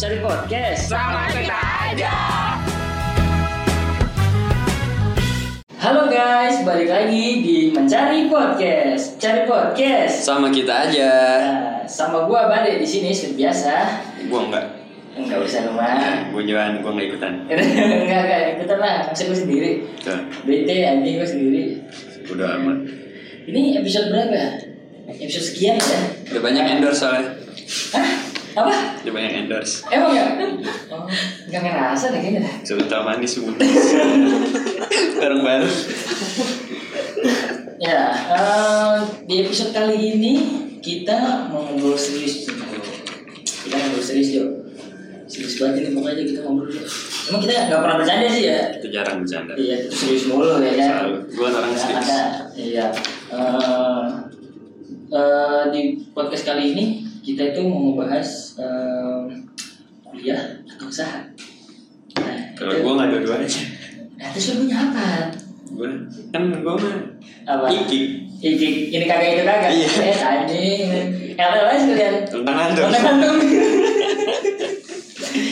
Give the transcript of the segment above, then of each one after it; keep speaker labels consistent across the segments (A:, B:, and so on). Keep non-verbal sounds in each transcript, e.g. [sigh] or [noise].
A: podcast
B: sama kita aja.
A: Halo guys, balik lagi di Mencari Podcast. Cari podcast.
C: sama kita aja
A: Nah, sama gua balik di sini seperti biasa.
C: gue enggak
A: Enggak usah rumah. [laughs]
C: gue jalan gue enggak ikutan
A: Enggak enggak ikutan lah, maksud gua sendiri.
C: Tuh,
A: Bete anjing gua sendiri.
C: udah amat
A: Ini episode berapa? Episode sekian ya?
C: udah banyak endorse soalnya
A: Hah? Apa?
C: udah banyak endorse
A: Emang ya? Oh, enggak ngerasa deh kayaknya. dah.
C: sebetulnya manis semua [laughs] bareng bareng
A: Ya, eh, di episode kali ini kita mau ngobrol serius Jo. Kita ngobrol serius Jo. Serius banget ini pokoknya kita ngobrol. Jo. Emang kita nggak pernah bercanda sih ya?
C: kita jarang bercanda
A: Iya, serius mulu ya kan.
C: selalu gue orang
A: Ya,
C: serius
A: ada, iya. Eh, eh, di podcast kali ini kita itu mau ngebahas eh, kuliah atau usaha. Nah,
C: kalau
A: itu-
C: gue nggak dua-duanya
A: Nah, terus lu punya apa?
C: gue kan gue mah
A: Apa?
C: iki
A: Ini, ini kagak itu kagak.
C: Iya.
A: Eh, anjing. LLS kalian.
C: tentang endorse
A: Gantung. kan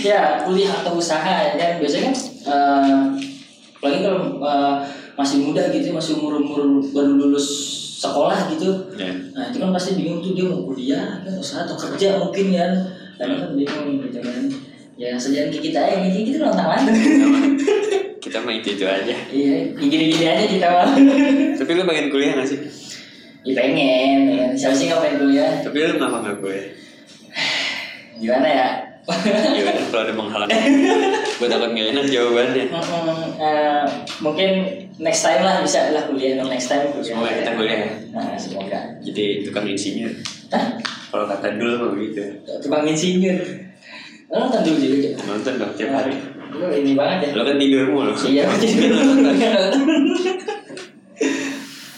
A: ya, kuliah atau usaha ya kan biasanya eh, apalagi kalau eh, masih muda gitu, masih umur-umur baru lulus sekolah gitu.
C: ya
A: Nah, itu kan pasti bingung tuh dia mau kuliah, kan usaha atau kerja mungkin kan. Karena kan bingung gitu kan. Ya, sejauh kita aja, ini kita lontang
C: kita main itu aja
A: Iya, gini-gini aja kita mah.
C: tapi lu pengen kuliah nggak sih
A: Ya pengen, ya kan. siapa sih nggak pengen kuliah?
C: tapi lu kenapa nggak kuliah
A: Gimana ya?
C: gimana kalau ada [laughs] menghalangi gue takut nggak enak jawabannya
A: Mm-mm, eh, mungkin next time lah bisa lah kuliah next time kuliah.
C: Semoga kita kuliah ya.
A: Nah, semoga.
C: jadi tukang insinyur
A: Hah?
C: kalau kata dulu mah begitu
A: Tukang insinyur. Lo nonton dulu juga. Cok.
C: nonton dong tiap hari
A: Lo ini banget ya.
C: lo kan tidur mulu
A: Iya,
C: Kan
A: jadi
C: lo [laughs] nonton.
A: [laughs]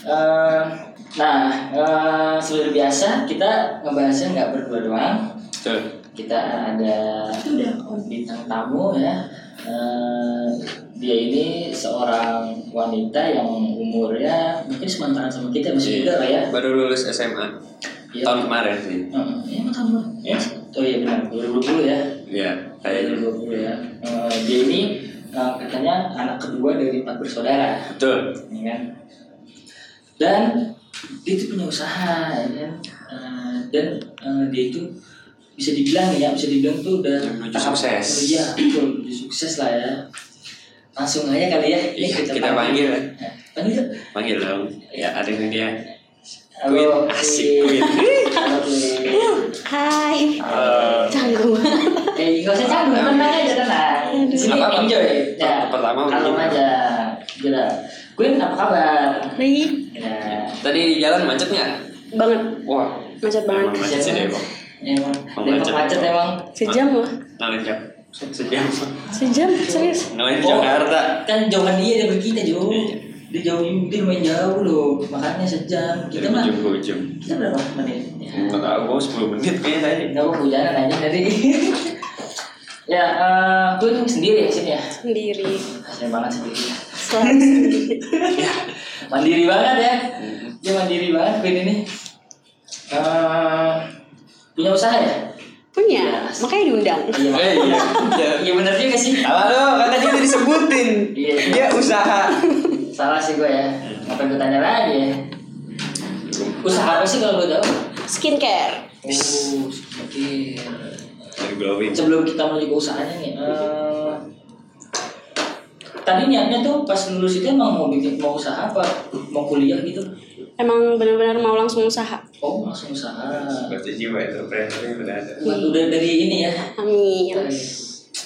A: Eh, nah, eh, seperti biasa kita ngebahasnya nggak berdua doang.
C: tuh
A: Kita ada bintang tamu ya. Eh, dia ini seorang wanita yang umurnya mungkin sementara sama kita masih muda lah ya.
C: baru lulus SMA
A: Iya.
C: Iya. tahun kemarin sih
A: Heeh, Iya, tahun berapa?
C: ya
A: Oh iya benar, 2020 ya.
C: ya kayaknya
A: 2020 ya. Eh, dia ini eh, katanya anak kedua dari empat bersaudara.
C: betul
A: ya kan? Dan dia itu punya usaha, ya kan? Eh, dan eh, dia itu bisa dibilang ya, bisa dibilang tuh udah
C: Menuju
A: tahap-
C: sukses.
A: Iya, betul, menuju sukses lah ya. Langsung aja kali ya. Ini
C: Iya, kita panggil ya.
A: Nah, Panggil.
C: panggil dong ya ada yang dia Queen.
A: Halo,
C: Asik, Queen.
A: Halo, Queen.
B: Hai,
C: Eh,
B: canggung.
A: Eh, gak usah canggung, tenang aja, tenang. Di Sini
C: Nggak apa-apa.
A: enjoy. Ya,
C: Per- pertama
A: kalem
C: mungkin.
A: aja. Gila. Queen, apa kabar?
B: Baik
A: Ya,
C: tadi di jalan macet nggak
B: banget,
C: wah
B: macet
C: emang
B: banget.
C: macet sih deh bang
A: Iya, emang
C: Oh,
A: Depok
C: macet.
A: macet emang.
B: Sejam lah,
C: ngelenjak sejam
B: sejam serius.
C: ngelenjak
A: Oh,
C: Jakarta
A: Kan jauhan dia dari kita, Jo.
C: Iya.
A: Dia jauh, dia lumayan jauh loh. Makanya sejam.
C: dari
A: Kita mah,
C: ujung ke ujung
A: kita berapa menit? Ya.
C: nggak tahu gue sepuluh menit kayaknya tadi
A: Enggak mau hujanan aja dari. [laughs] Ya, eh, Queen sendiri ya sini ya.
B: Sendiri,
A: Kasian banget sendiri.
B: selalu sendiri.
C: Iya.
A: [laughs] mandiri banget ya dia mandiri banget Queen ini Eh, punya usaha ya
B: Punya, makanya diundang.
A: iya
C: eh iya
A: iya bener juga
C: [laughs]
A: sih
C: Salah lo, kan tadi udah disebutin
A: Iya, iya.
C: Dia usaha
A: [laughs] salah sih gue ya ngapain gue tanya lagi ya usaha apa sih kalau gue tahu
B: Skincare,
A: oh oke
C: Dari glowing
A: sebelum kita menuju ke usahanya nih eh, tadi niatnya tuh pas lulus itu emang mau bikin mau usaha apa mau kuliah gitu
B: emang benar-benar mau langsung usaha.
A: oh langsung usaha
C: Berarti jiwa itu, branding udah ada
A: udah dari ini ya
B: Amin.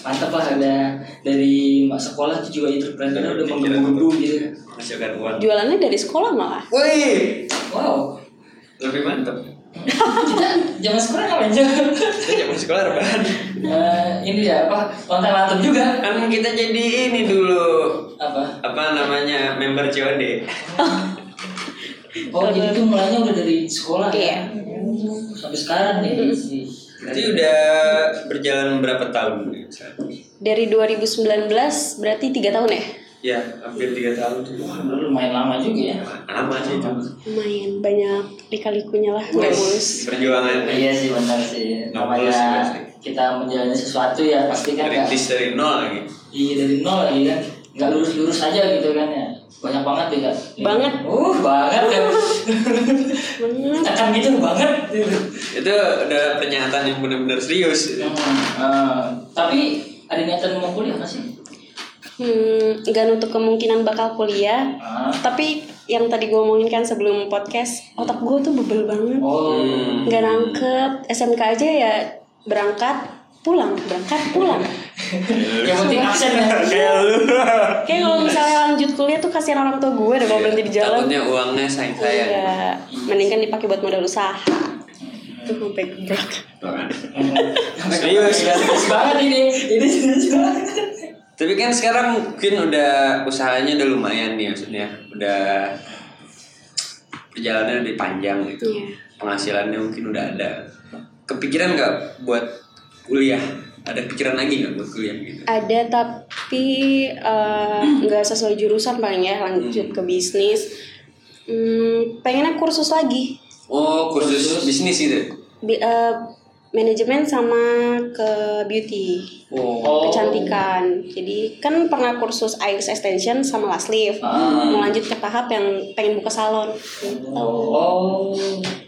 A: mantap lah ada dari mak sekolah tuh juga entrepreneur udah menggebu-gebu gitu
C: Masukkan uang
B: Jualannya dari sekolah malah.
C: Wih,
A: wow
C: lebih mantap
A: kita zaman sekolah ngapain aja
C: Kita zaman sekolah rebahan
A: Eh, ini ya apa konten lantum juga
C: Kan kita jadi ini dulu
A: apa
C: Apa namanya, member COD
A: oh jadi itu mulainya udah dari sekolah ya
B: Iya.
A: sampai sekarang nih Ih,
C: Berarti udah berjalan berapa tahun?
B: Dari 2019 berarti tiga tahun ya?
C: ya hampir tiga tahun tuh
A: Lu lumayan lama juga ya.
C: lama sih itu
B: Lumayan banyak lika-likunya lah nggak
A: Wes.
B: mulus.
C: perjuangan
A: Iya sih benar sih.
C: Nggak mulus sih,
A: Namanya
C: pasti.
A: kita menjalani sesuatu ya pasti kan
B: iya.
A: nggak-
C: kritis dari nol lagi
A: Iya dari nol lagi kan. Nggak lurus-lurus aja gitu kan ya. Banyak banget ya kan.
B: Banget.
A: Uh banget ya.
B: Bener.
A: Tekan gitu banget.
C: itu udah pernyataan yang benar-benar serius
A: Hmm, eh, tapi ada niatan mau kuliah nggak sih?
B: Hmm, nggak nutup kemungkinan bakal kuliah.
A: Ah.
B: Tapi yang tadi gue omongin kan sebelum podcast, otak gue tuh bebel banget.
A: Oh.
C: Hmm.
B: Nggak nangkep. SMK aja ya berangkat, pulang, berangkat, pulang.
A: Yang penting absen ya.
C: kayak lu
B: Kayak kalau misalnya lanjut kuliah tuh kasihan orang tua gue udah mau berhenti di jalan.
C: takutnya uangnya sayang Iya, sayang
B: Iya, mendingan dipakai buat modal usaha. Tuh sampai gebrak.
C: kan?
B: Iya.
C: Serius.
A: Serius banget ini. Ini serius banget.
C: tapi kan sekarang Queen udah usahanya udah lumayan nih maksudnya udah perjalanannya lebih panjang gitu
B: Iya.
C: penghasilannya mungkin udah ada kepikiran nggak buat kuliah ada pikiran lagi nggak buat kuliah gitu
B: Ada tapi eh, nggak sesuai jurusan paling ya lanjut ke bisnis. Hmm, pengennya kursus lagi.
C: oh kursus bisnis gitu
B: Bi- eh, manajemen sama ke beauty.
C: oh
A: Oh.
B: kecantikan. Jadi kan pernah kursus iris extension sama last leave.
A: Ah.
B: Mau lanjut ke tahap yang pengen buka salon. Gitu.
A: Oh.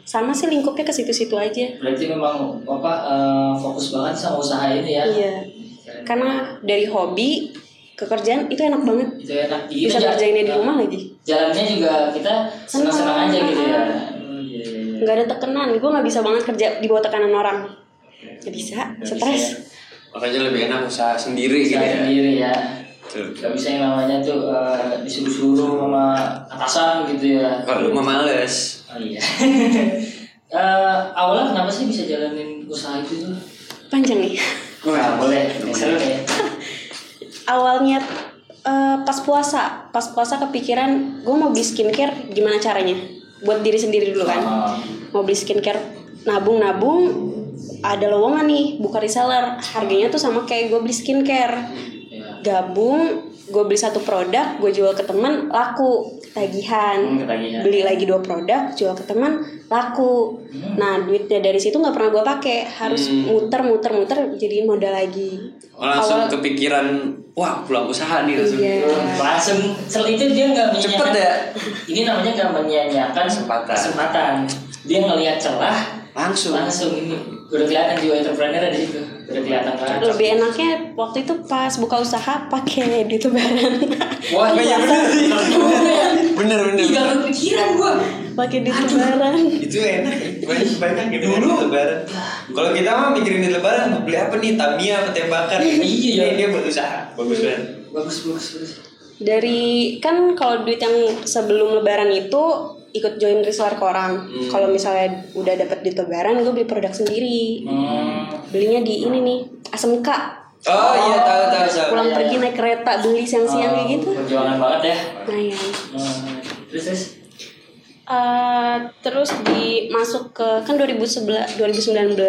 B: Sama sih lingkupnya ke situ-situ aja.
A: Berarti memang apa eh, fokus banget sama usaha ini ya.
B: Iya.
A: Keren.
B: Karena dari hobi ke kerjaan itu enak banget.
A: Itu enak. Iya,
B: Bisa
A: ja-
B: ngerjainnya di rumah lagi.
A: Jalannya juga kita senang-senang aja gitu ya.
B: Senang.
A: Oh, iya, iya, iya.
B: Nggak ada tekanan. Gue nggak bisa banget kerja di bawah tekanan orang. Nggak bisa.
A: Nggak bisa
B: Stres.
C: makanya lebih enak usaha
A: ya.
C: sendiri
A: Bisa
C: gitu ya
A: sendiri ya.
C: Tuh.
A: Gak bisa yang namanya tuh eh, disuruh-suruh sama atasan gitu ya.
C: kalau lu mah males
A: Oh iya. [laughs] Eh, awalnya kenapa sih bisa jalanin usaha itu tuh?
B: Panjang nih.
A: Nah, boleh. Seru ya.
B: Awalnya eh, pas puasa. Pas puasa kepikiran gue mau beli skincare gimana caranya. Buat diri sendiri dulu kan. mau beli skincare nabung-nabung ada lowongan nih buka reseller harganya tuh sama kayak gue beli skincare
A: Iya.
B: gabung gue beli satu produk gue jual ke teman laku
A: Hmm,
B: ketagihan
A: ketagihan.
B: beli lagi dua produk jual ke teman laku nah duitnya dari situ nggak pernah gue pakai harus
C: Hmm.
B: muter muter muter jadiin modal lagi
C: Oh, langsung
B: Awal-
C: kepikiran wah pulang usaha nih langsung
B: Iya.
A: langsung sel itu dia nggak
C: Cepet
A: menyia-
C: ya?
A: ini namanya nggak menyia-nyiakan
C: Kesempatan.
A: kesempatan dia ngelihat celah
C: langsung
A: langsung ini udah kelihatan jiwa entrepreneur ada di situ udah kelihatan banget
B: lebih enaknya waktu itu pas buka usaha pakai duit lebaran
C: wah iya bener sih bener bener
A: Ih, nggak kepikiran gua
B: pakai duit lebaran
C: itu enak banyak banyak gitu dulu lebaran kalau kita mah mikirin di lebaran mau beli apa nih Tamiya apa tembakan
A: Iya.
C: Ini dia buat usaha bagus banget
A: bagus bagus bagus
B: dari kan kalau duit yang sebelum lebaran itu ikut join reseller ke orang
C: Hmm.
B: kalau misalnya udah dapet duit lebaran gue beli produk sendiri
A: hmm.
B: belinya di ini nih asmk
C: oh iya Oh, tahu tahu tahu
B: pulang
A: iya,
B: pergi
A: iya.
B: naik kereta beli siang-siang kayak gitu
A: Ah, perjuangan banget ya
B: nah ya
A: Hmm. terus terus
B: Eh, terus di masuk ke kan 2011 2019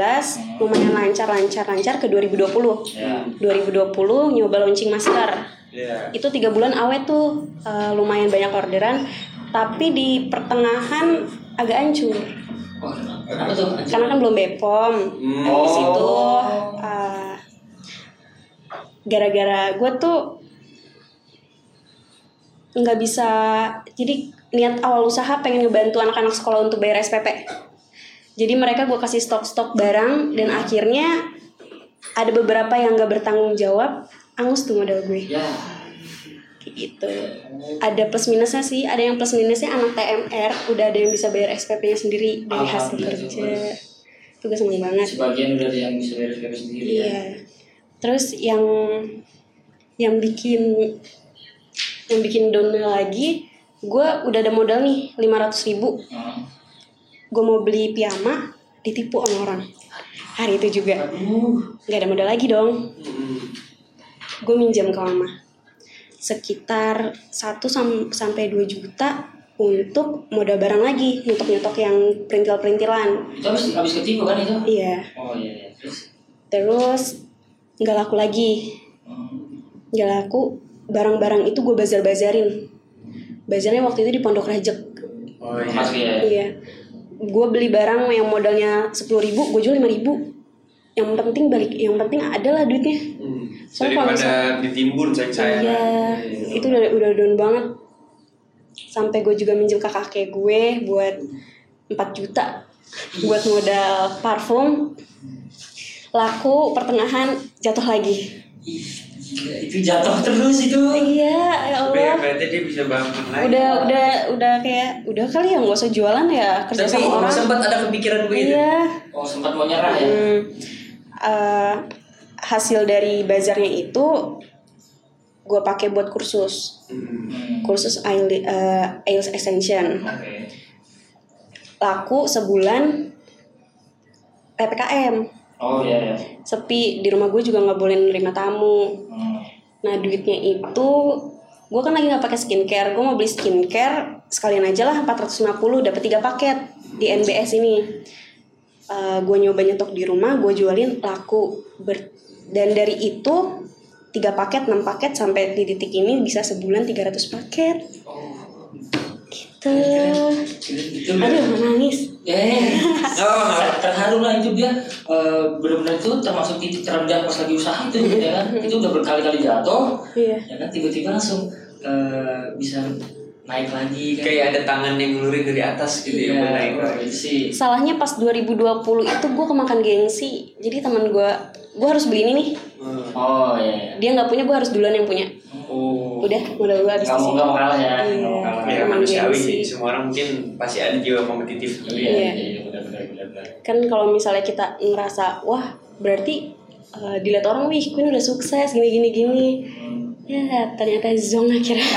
B: lumayan lancar lancar lancar ke 2020
A: Ya.
B: 2020 nyoba launching masker
C: Iya.
B: itu tiga bulan awet tuh eh, lumayan banyak orderan tapi di pertengahan agak hancur
A: oh kenapa Kenapa tuh
B: karena kan belum bepom
C: Hmm.
B: habis itu
A: Oh.
B: eh, gara-gara gue tuh nggak bisa jadi niat awal usaha pengen ngebantu anak-anak sekolah untuk bayar SPP jadi mereka gue kasih stok-stok barang dan akhirnya ada beberapa yang nggak bertanggung jawab angus tuh modal gue
A: ya
B: Kayak gitu ada plus minusnya sih ada yang plus minusnya anak TMR udah ada yang bisa bayar SPP-nya sendiri dari hasil
A: Alhamdulillah.
B: kerja itu gue seneng banget
A: sebagian udah ada yang bisa beres beres sendiri ya
B: iya terus yang yang bikin yang bikin downnya lagi gue udah ada modal nih 500 ribu
A: Hmm.
B: gue mau beli piyama ditipu sama orang hari itu juga
A: aduh
B: nggak ada modal lagi dong
C: Hmm.
B: gue minjam ke mama sekitar 1 sam- sampai 2 juta untuk modal barang lagi nyetok-nyetok yang perintil-perintilan
A: itu habis habis ketipu kan itu
B: iya
A: oh iya iya. terus
B: terus nggak laku lagi
A: Hmm.
B: nggak laku barang-barang itu gue bazar-bazarin bazarnya waktu itu di Pondok Rajek
A: Oh iya. Mas ya.
B: iya gue beli barang yang modalnya sepuluh ribu gue jual lima ribu yang penting balik yang penting adalah duitnya Soalnya kalau
C: Hmm. Daripada ditimbun sayang saya.
B: Iya, itu udah udah down banget. Sampai gue juga minjem ke kakek gue buat 4 juta buat modal parfum. Laku pertengahan jatuh lagi.
A: Ih, gila, Iya. itu jatuh terus itu.
B: Iya, ya Allah.
C: Berarti dia bisa bangun lagi.
B: Udah udah udah kayak udah kali ya nggak usah jualan ya kerja
C: Tapi
B: sama orang.
C: sempat ada kepikiran begitu.
B: Iya.
A: Oh sempat mau nyerah ya.
B: Hmm, eh, hasil dari bazarnya itu gue pakai buat kursus
C: Hmm.
A: Hmm.
B: kursus IEL- eh, IELTS extension
A: Oke.
B: laku sebulan PPKM
A: Oh iya ya.
B: sepi di rumah gue juga nggak boleh nerima tamu
A: Hmm.
B: nah duitnya itu gue kan lagi nggak pakai skincare gue mau beli skincare sekalian aja lah 450 dapat tiga paket di NBS ini Eh, gue nyoba nyetok di rumah gue jualin laku Ber- dan dari itu tiga paket 6 paket sampai di titik ini bisa sebulan 300 paket
A: Oh.
B: gitu
A: Keren gitu ya.
B: aduh nangis
A: Eh, ter-
C: apa-apa.
A: terharu lah itu dia eh, benar-benar itu termasuk titik terendah pas lagi usaha itu ya kan
C: Hmm.
A: itu udah berkali-kali jatuh
B: iya
A: ya kan tiba-tiba langsung eh, bisa naik lagi kan
C: Kayak ada tangan yang ngelurin dari atas gitu ya. mau naik.
A: Iya, wah, itu sih
B: Salahnya pas 2020 itu gue kemakan gengsi. Jadi teman gue, gue harus beli ini nih.
C: Hmm.
A: oh ya
B: Dia nggak punya, gue harus duluan yang punya.
C: Oh.
B: Udah, modal gue habis.
A: nggak mau nggak mau kalah ya
B: Iya.
A: nggak mau kalah
C: Ya
B: Emang
C: manusiawi
B: gengsi.
C: sih. Semua orang mungkin pasti ada jiwa kompetitif.
A: iya
B: Iya.
A: iya benar-benar benar-benar
B: Kan kalau misalnya kita ngerasa, wah berarti eh, dilihat orang, wih Queen udah sukses, gini-gini gini.
A: Hmm.
B: Ya ternyata zong akhirnya.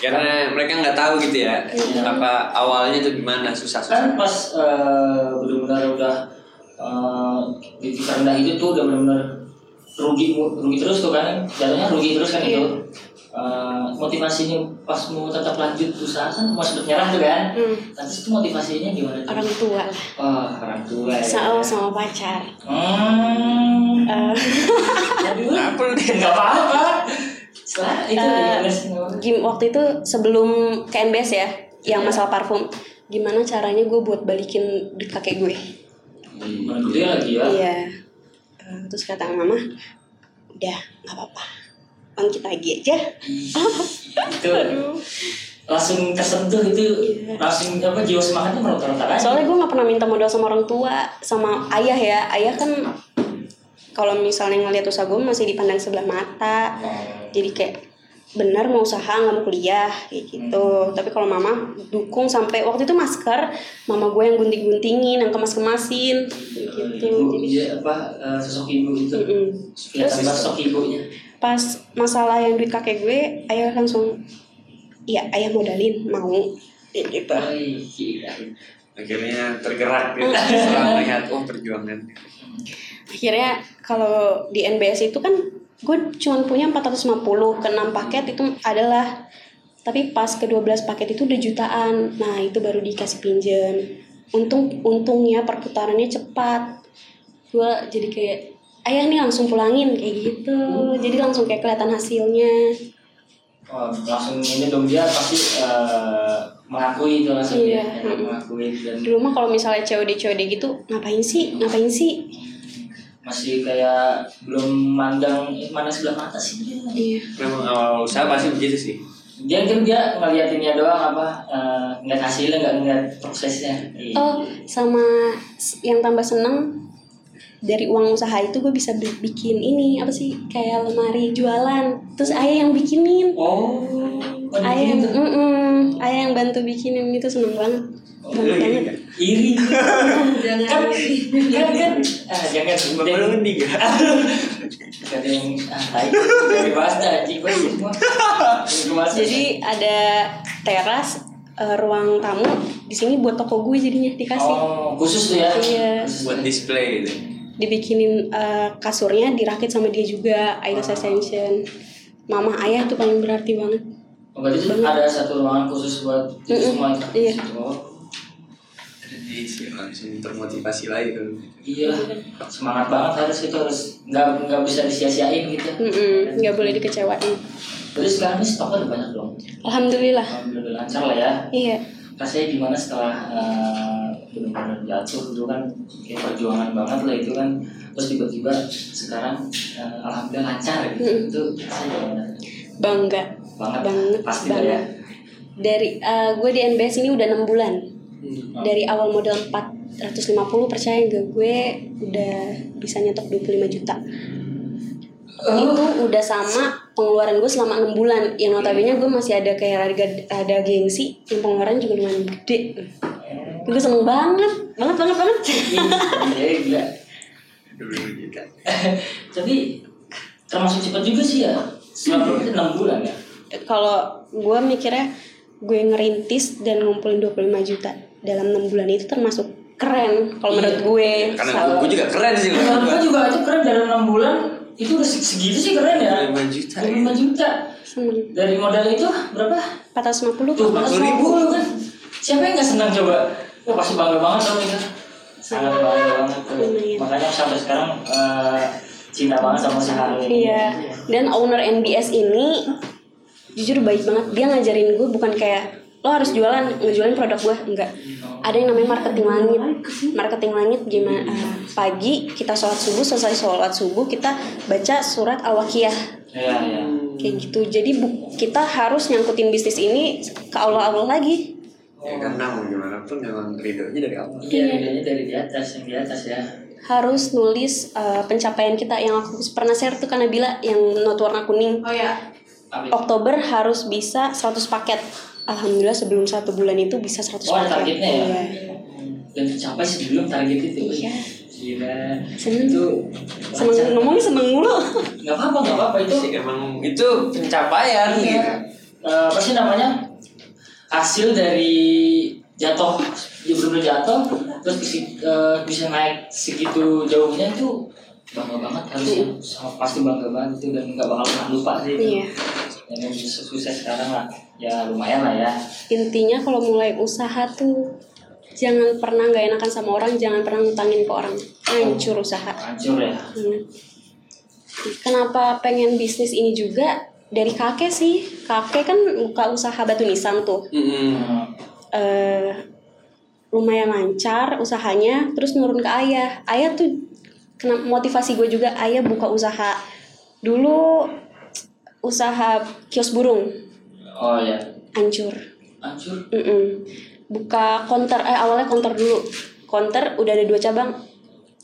C: Karena mereka nggak tahu gitu ya. Apa awalnya tuh gimana susah-susah.
A: kan pas eh, benar-benar udah eh, di titik rendah itu tuh udah benar-benar rugi rugi terus tuh kan jatuhnya rugi terus kan
B: Iya.
A: itu Eh, motivasinya pas mau tetap lanjut usaha kan mau sempet nyerah tuh kan
B: Hmm.
A: tapi itu motivasinya gimana tuh?
B: orang tua,
A: Wah, orang tua ya
B: sama sama pacar.
A: hmm
B: Eh,
A: jadi lu [laughs] nggak apa-apa setelah itu
B: Eh,
A: gimana sih?
B: gim waktu itu sebelum ke NBS ya, yang masalah parfum. Gimana caranya gue buat balikin duit kakek gue?
A: Orang gede lagi ya
B: Iya. Eh, Terus kata mama, udah nggak apa-apa, bangkit lagi aja.
A: itu langsung tersentuh itu
B: Iya.
A: langsung apa jiwa semangatnya meronta-ronta lagi
B: Soalnya gue nggak pernah minta modal sama orang tua, sama ayah ya. Ayah kan kalau misalnya ngelihat usaha gue masih dipandang sebelah mata.
A: Oh.
B: Jadi kayak benar mau usaha nggak mau kuliah kayak gitu. Tapi kalau mama dukung sampai waktu itu masker, mama gue yang gunting-guntingin, yang kemas-kemasin
A: ibu
B: gitu. Jadi,
A: dia apa eh, sosok ibu itu
B: Mm-mm.
A: kelihatan banget sosok ibunya
B: pas masalah yang duit kakek gue ayah langsung iya ayah modalin mau Ya gitu
A: Wih, gila.
C: Akhirnya tergerak gitu. Setelah melihat, oh perjuangan.
B: akhirnya kalau di NBS itu kan gue cuma punya 450 ke 6 paket itu adalah tapi pas ke 12 paket itu udah jutaan nah itu baru dikasih pinjam untung untungnya perputarannya cepat gue jadi kayak ayah nih langsung pulangin kayak gitu jadi langsung kayak kelihatan hasilnya
A: Oh, langsung ini dong dia pasti eh, mengakui itu langsung dia
B: Iya.
A: emang mengakui dan
B: dulu mah kalau misalnya COD COD gitu ngapain sih ngapain sih
A: masih kayak belum mandang eh, mana sebelah mata sih dia
B: iya
C: Memang awal usaha pasti begitu sih.
A: dia kan dia ngeliatinnya doang apa eh, ngeliat hasilnya nggak ngeliat prosesnya Iya.
B: oh sama s- yang tambah seneng dari uang usaha itu gue bisa bi- bikin ini apa sih kayak lemari jualan terus ayah yang bikinin
A: oh kan
B: ayah yang,
A: gitu.
B: mm-mm, ayah yang bantu bikinin itu seneng banget
A: Oh, iya,
B: banget banget
A: iri
B: jangan
A: kan kan ah jangan
C: Belum
A: jangan
C: nih
A: Gak ada yang ah tai jadi bahas dah anjing gue semua Ini bahas.
B: jadi ada teras eh, ruang tamu di sini buat toko gue jadinya dikasih
A: oh khusus tuh ya
B: Iya.
A: Khusus.
C: [laughs] buat display gitu.
B: dibikinin eh, kasurnya dirakit sama dia juga
A: Ah.
B: Iris Ascension mama ayah itu paling berarti banget
A: Oh, berarti itu ada satu ruangan khusus buat itu
B: Mm-mm.
A: semua
B: Iya.
A: Oh,
C: Jadi sih langsung termotivasi lagi kan.
A: iya semangat banget harus itu harus nggak nggak bisa disia-siain gitu
B: Mm-mm, nggak boleh dikecewain
A: Jadi sekarang ini stoknya udah banyak dong.
B: Alhamdulillah.
A: Alhamdulillah lancar lah ya.
B: Iya.
A: Rasanya gimana setelah eh, benar-benar jatuh dulu kan kayak perjuangan banget lah itu kan terus tiba-tiba sekarang eh, alhamdulillah lancar gitu itu rasanya gimana
B: Bangga.
A: banget
B: Mm. Banget,
A: pasti lah ya
B: banget. Dari eh, gue di NBS ini udah 6 bulan. Dari awal modal 450 percaya gak gue udah bisa nyetok 25 juta. Itu udah sama pengeluaran gue selama 6 bulan. Yang notabene gue masih ada kayak harga ada gengsi, yang pengeluaran juga lumayan gede. Gue seneng banget, banget banget banget.
A: iya [laughs] gila
C: 20 juta.
A: tapi termasuk cepat juga sih ya selama itu enam bulan ya
B: Kalau gue mikirnya gue ngerintis dan ngumpulin 25 juta dalam 6 bulan itu termasuk keren kalau menurut
A: Iya,
B: gue.
C: Karena
B: Salah.
C: gue, juga keren sih menurut
A: Menurut
C: gua.
A: gue juga aja keren dari enam bulan itu udah segitu sih keren ya
C: 25 juta.
A: 25 juta
B: Seneng.
A: dari modal itu berapa?
B: 450
A: Tuh,
C: 40 ribu.
A: 40 kan siapa yang gak senang coba? Wah pasti bangga banget dong itu sangat bangga banget tuh.
B: Lumayan.
A: makanya sampai sekarang eh, cinta banget sama usaha lu ini.
B: Iya. Dan owner NBS ini jujur baik banget. Dia ngajarin gue bukan kayak lo harus jualan ngejualin produk gue enggak. Ada yang namanya marketing langit. Marketing langit gimana? eh, pagi kita sholat subuh selesai sholat subuh kita baca surat al-wakiyah
A: iya iya
B: kayak gitu jadi bu- kita harus nyangkutin bisnis ini ke Allah Allah lagi
C: Ya karena mau gimana pun memang ridhonya dari Allah.
A: iya bedanya dari di atas yang di atas ya
B: harus nulis eh, pencapaian kita yang aku pernah share tuh karena bila yang not warna kuning
A: iya.
D: Oh ya,
A: Apa itu?
B: Oktober harus bisa 100 paket Alhamdulillah sebelum satu bulan itu bisa 100
A: oh ada
B: paket
A: targetnya ya
B: Iya.
A: dan tercapai sebelum target itu
B: Iya.
A: gila
B: Seneng.
A: itu
B: seneng ngomongnya seneng mulu [laughs]
A: nggak apa-apa nggak apa-apa itu
C: Iya Sih, emang itu pencapaian
A: Iya.
C: gitu.
A: Eh, apa sih namanya hasil dari jatuh dia benar jatuh terus bisi- eh, bisa naik segitu jauhnya itu bangga banget harusnya Sama- pasti bangga banget itu dan nggak bakal pernah lupa sih itu
B: Iya.
A: dan yang bisa sukses sekarang lah ya lumayan lah ya
B: intinya kalau mulai usaha tuh jangan pernah nggak enakan sama orang jangan pernah ngutangin ke orang hancur usaha
A: hancur ya
B: Hmm. Kenapa pengen bisnis ini juga? Dari kakek sih. Kakek kan buka usaha batu nisan tuh.
C: Mm-mm.
A: Hmm.
B: Eh lumayan lancar usahanya, terus nurun ke ayah. Ayah tuh kena motivasi gue juga ayah buka usaha. Dulu usaha kios burung
A: oh ya
B: hancur.
A: hancur
B: Mm-mm. Buka konter eh awalnya konter dulu. Konter udah ada dua cabang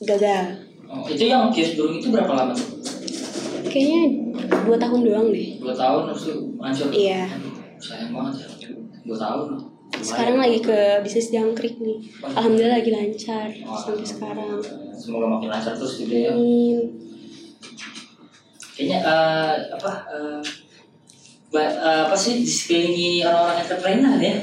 B: gagal.
A: Oh, itu yang kios burung itu berapa lama tuh
B: Kayaknya dua tahun doang deh.
A: dua tahun terus itu hancur
B: Iya.
A: Aduh, sayang banget ya dua tahun Lumayan.
B: sekarang lagi ke bisnis jangkrik nih alhamdulillah lagi lancar
A: Wah.
B: sampai sekarang
A: semoga makin lancar terus gitu ya
B: Amin.
A: kayaknya eh, apa eh, ba- eh, apa sih di sekelilingi orang-orang entrepreneur ya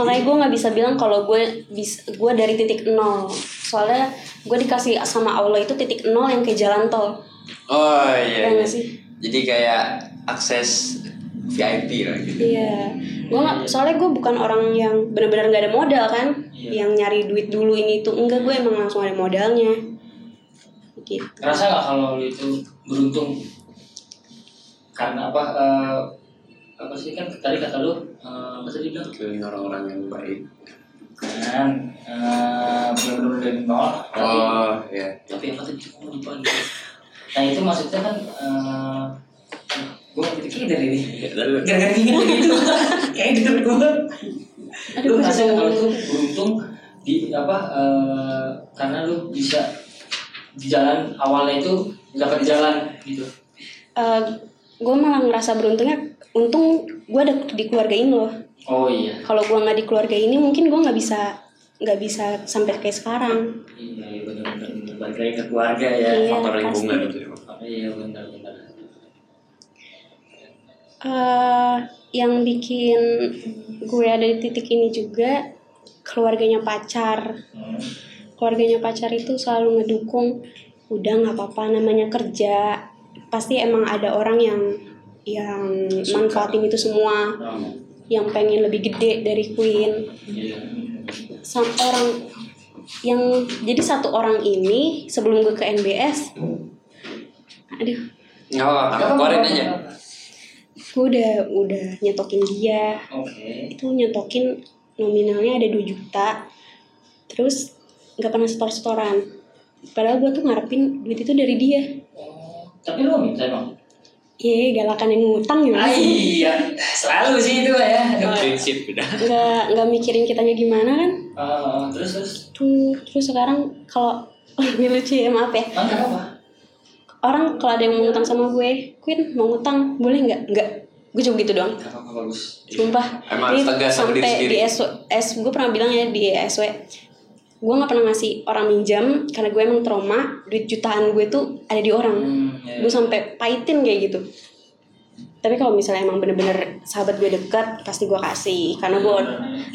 B: makanya gue nggak bisa bilang kalau gue bis gue dari titik nol soalnya gue dikasih sama Allah itu titik nol yang ke jalan tol
C: Oh iya.
B: Iya
C: iya.
B: nggak sih?
C: Jadi kayak akses VIP lah gitu.
B: iya gue nggak soalnya gue bukan orang yang benar-benar nggak ada modal kan
A: Iya.
B: yang nyari duit dulu ini itu enggak gue emang langsung ada modalnya gitu
A: ngerasa nggak kalau lu itu beruntung karena apa eh, apa sih kan tadi kata lu eh, apa tadi bilang
C: Keliling orang-orang yang baik.
A: kan eh, benar-benar dari nol tapi
C: Oh iya.
A: tapi apa tadi cuma lupa gitu. nah itu maksudnya kan eh gue ngerti kayaknya dari ini
C: Ya, lalu-
A: gara-gara inget gitu [laughs] kayak gitu gue lu ngerasa nggak kalau itu beruntung di apa eh, karena lu bisa di jalan awalnya itu dapat di jalan gitu
B: gue Eh, malah ngerasa beruntungnya untung gue ada dikeluargain loh
A: oh iya
B: kalau gua nggak di keluarga ini mungkin gua nggak bisa nggak bisa sampai kayak sekarang
A: iya iya benar-benar benar. balik lagi ke keluarga ya
B: Iya,
C: Faktor
B: pasti.
C: lingkungan itu. ya,
A: Oh, iya benar-benar
B: eh yang bikin gue ada di titik ini juga keluarganya pacar
A: Hmm.
B: keluarganya pacar itu selalu ngedukung udah nggak apa-apa namanya kerja pasti emang ada orang yang yang manfaatin itu semua
A: Oh,
B: yang pengen lebih gede dari Queen
A: iya.
B: sama orang yang jadi satu orang ini sebelum gue ke NBS aduh
C: Nggak apa-apa, keluarin aja.
B: gue udah udah nyetokin dia
A: Oke.
B: itu nyetokin nominalnya ada 2 juta terus nggak pernah setor setoran padahal gue tuh ngarepin duit itu dari dia
A: Oh, Tapi lu minta emang?
B: Iya, galakan yang
A: Ah,
B: ngutang gimana sih?
A: iya, selalu sih itu Pak, ya. Aduh.
C: prinsip udah
B: Nggak, nggak mikirin kitanya gimana kan?
A: Ah, terus terus.
B: Tuh, terus sekarang kalau [laughs] lebih lucu ya, maaf ya.
A: Ah, nggak apa-apa.
B: Orang kalau ada yang mau ngutang sama gue, Queen mau ngutang, boleh nggak? Nggak, gue cuma gitu doang.
A: Nggak apa-apa bagus.
B: Sumpah.
C: Emang harus
B: Ini
C: tegas sama diri
B: sampai
C: sendiri.
B: Di SW, S, gue pernah bilang ya di SW, gue nggak pernah ngasih orang minjam karena gue emang trauma duit jutaan gue tuh ada di orang.
A: Hmm, ya.
B: gue sampai pahitin kayak gitu tapi kalau misalnya emang bener-bener sahabat gue dekat pasti gue kasih karena gue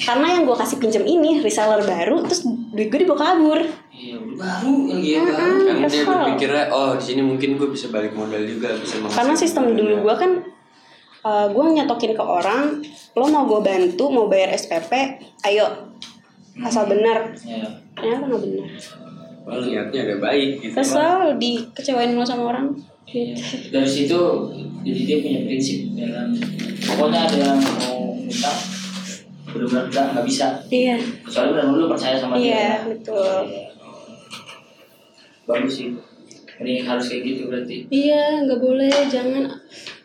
B: karena yang gue kasih pinjam ini reseller baru terus duit gue dibawa kabur
A: Iya, udah baru lagi ya, baru.
B: Mm-mm.
C: karena dia
B: Kesel.
C: berpikirnya oh di sini mungkin gue bisa balik modal juga bisa menghasilkan
B: karena sistem dulu gue kan uh, gue nyetokin ke orang lo mau gue bantu mau bayar SPP ayo asal benar
A: Iya.
B: ternyata nggak benar
C: Wah, niatnya udah baik gitu
B: terus lo dikecewain lo sama orang
A: Iya.
B: Gitu.
A: Dari situ jadi dia punya prinsip dalam pokoknya ada yang mau minta benar-benar nggak nggak bisa
B: iya
A: kecuali benar-benar lu percaya sama dia.
B: iya betul
A: Iya. Bagus sih. Ini harus kayak gitu berarti.
B: Iya, nggak boleh, jangan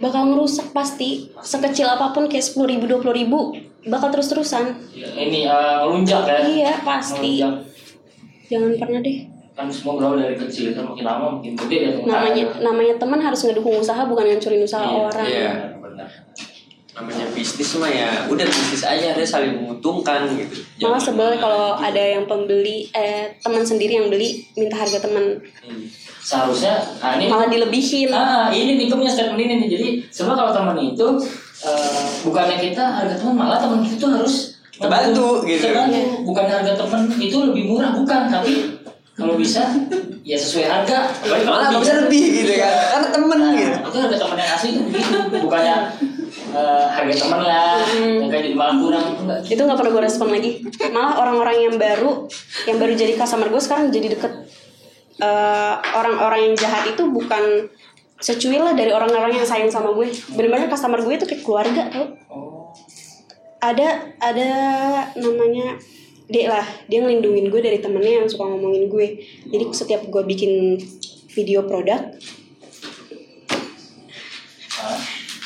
B: bakal ngerusak pasti. Sekecil apapun kayak sepuluh ribu, dua ribu, bakal terus terusan.
A: Ya, ini eh, ngelunjak ya.
B: Iya, pasti.
A: Ngelunjak.
B: Jangan pernah deh.
A: Kan semua berawal dari kecil kan makin lama makin gede ya pengusaha.
B: Namanya namanya teman harus ngedukung usaha bukan ngancurin usaha
A: Iya,
B: orang.
C: iya.
A: Benar.
C: namanya bisnis mah ya udah bisnis aja dia saling menguntungkan gitu
B: Malah
C: Jangan-
B: sebel kalau ada yang pembeli eh teman sendiri yang beli minta harga teman
C: Hmm.
A: Seharusnya ah, ini
B: malah dilebihin.
A: Ah, ini nih, itu punya statement ini nih. Jadi sebenarnya kalau teman itu eh, bukannya kita harga teman malah teman kita tuh harus
C: Kita bantu, gitu.
A: Kita bantu. Bukan harga teman itu lebih murah bukan, tapi kalau bisa ya sesuai harga. Apalagi kalau
C: malah nggak
A: lebih-
C: bisa lebih gitu kan karena temen
A: Nah,
C: gitu
A: itu harga teman yang asli tuh begitu. bukannya eh, harga teman lah, yang kayak jadi malah kurang itu enggak.
B: Itu nggak pernah gue respon lagi. Malah orang-orang yang baru yang baru jadi customer gue sekarang jadi deket Eh, orang-orang yang jahat itu bukan secuil lah dari orang-orang yang sayang sama gue. Bener-bener customer gue itu kayak keluarga tau.
A: Oh,
B: Ada ada namanya Dek lah, dia ngelindungin gue dari temennya yang suka ngomongin gue. Jadi setiap gue bikin video produk,
A: ah.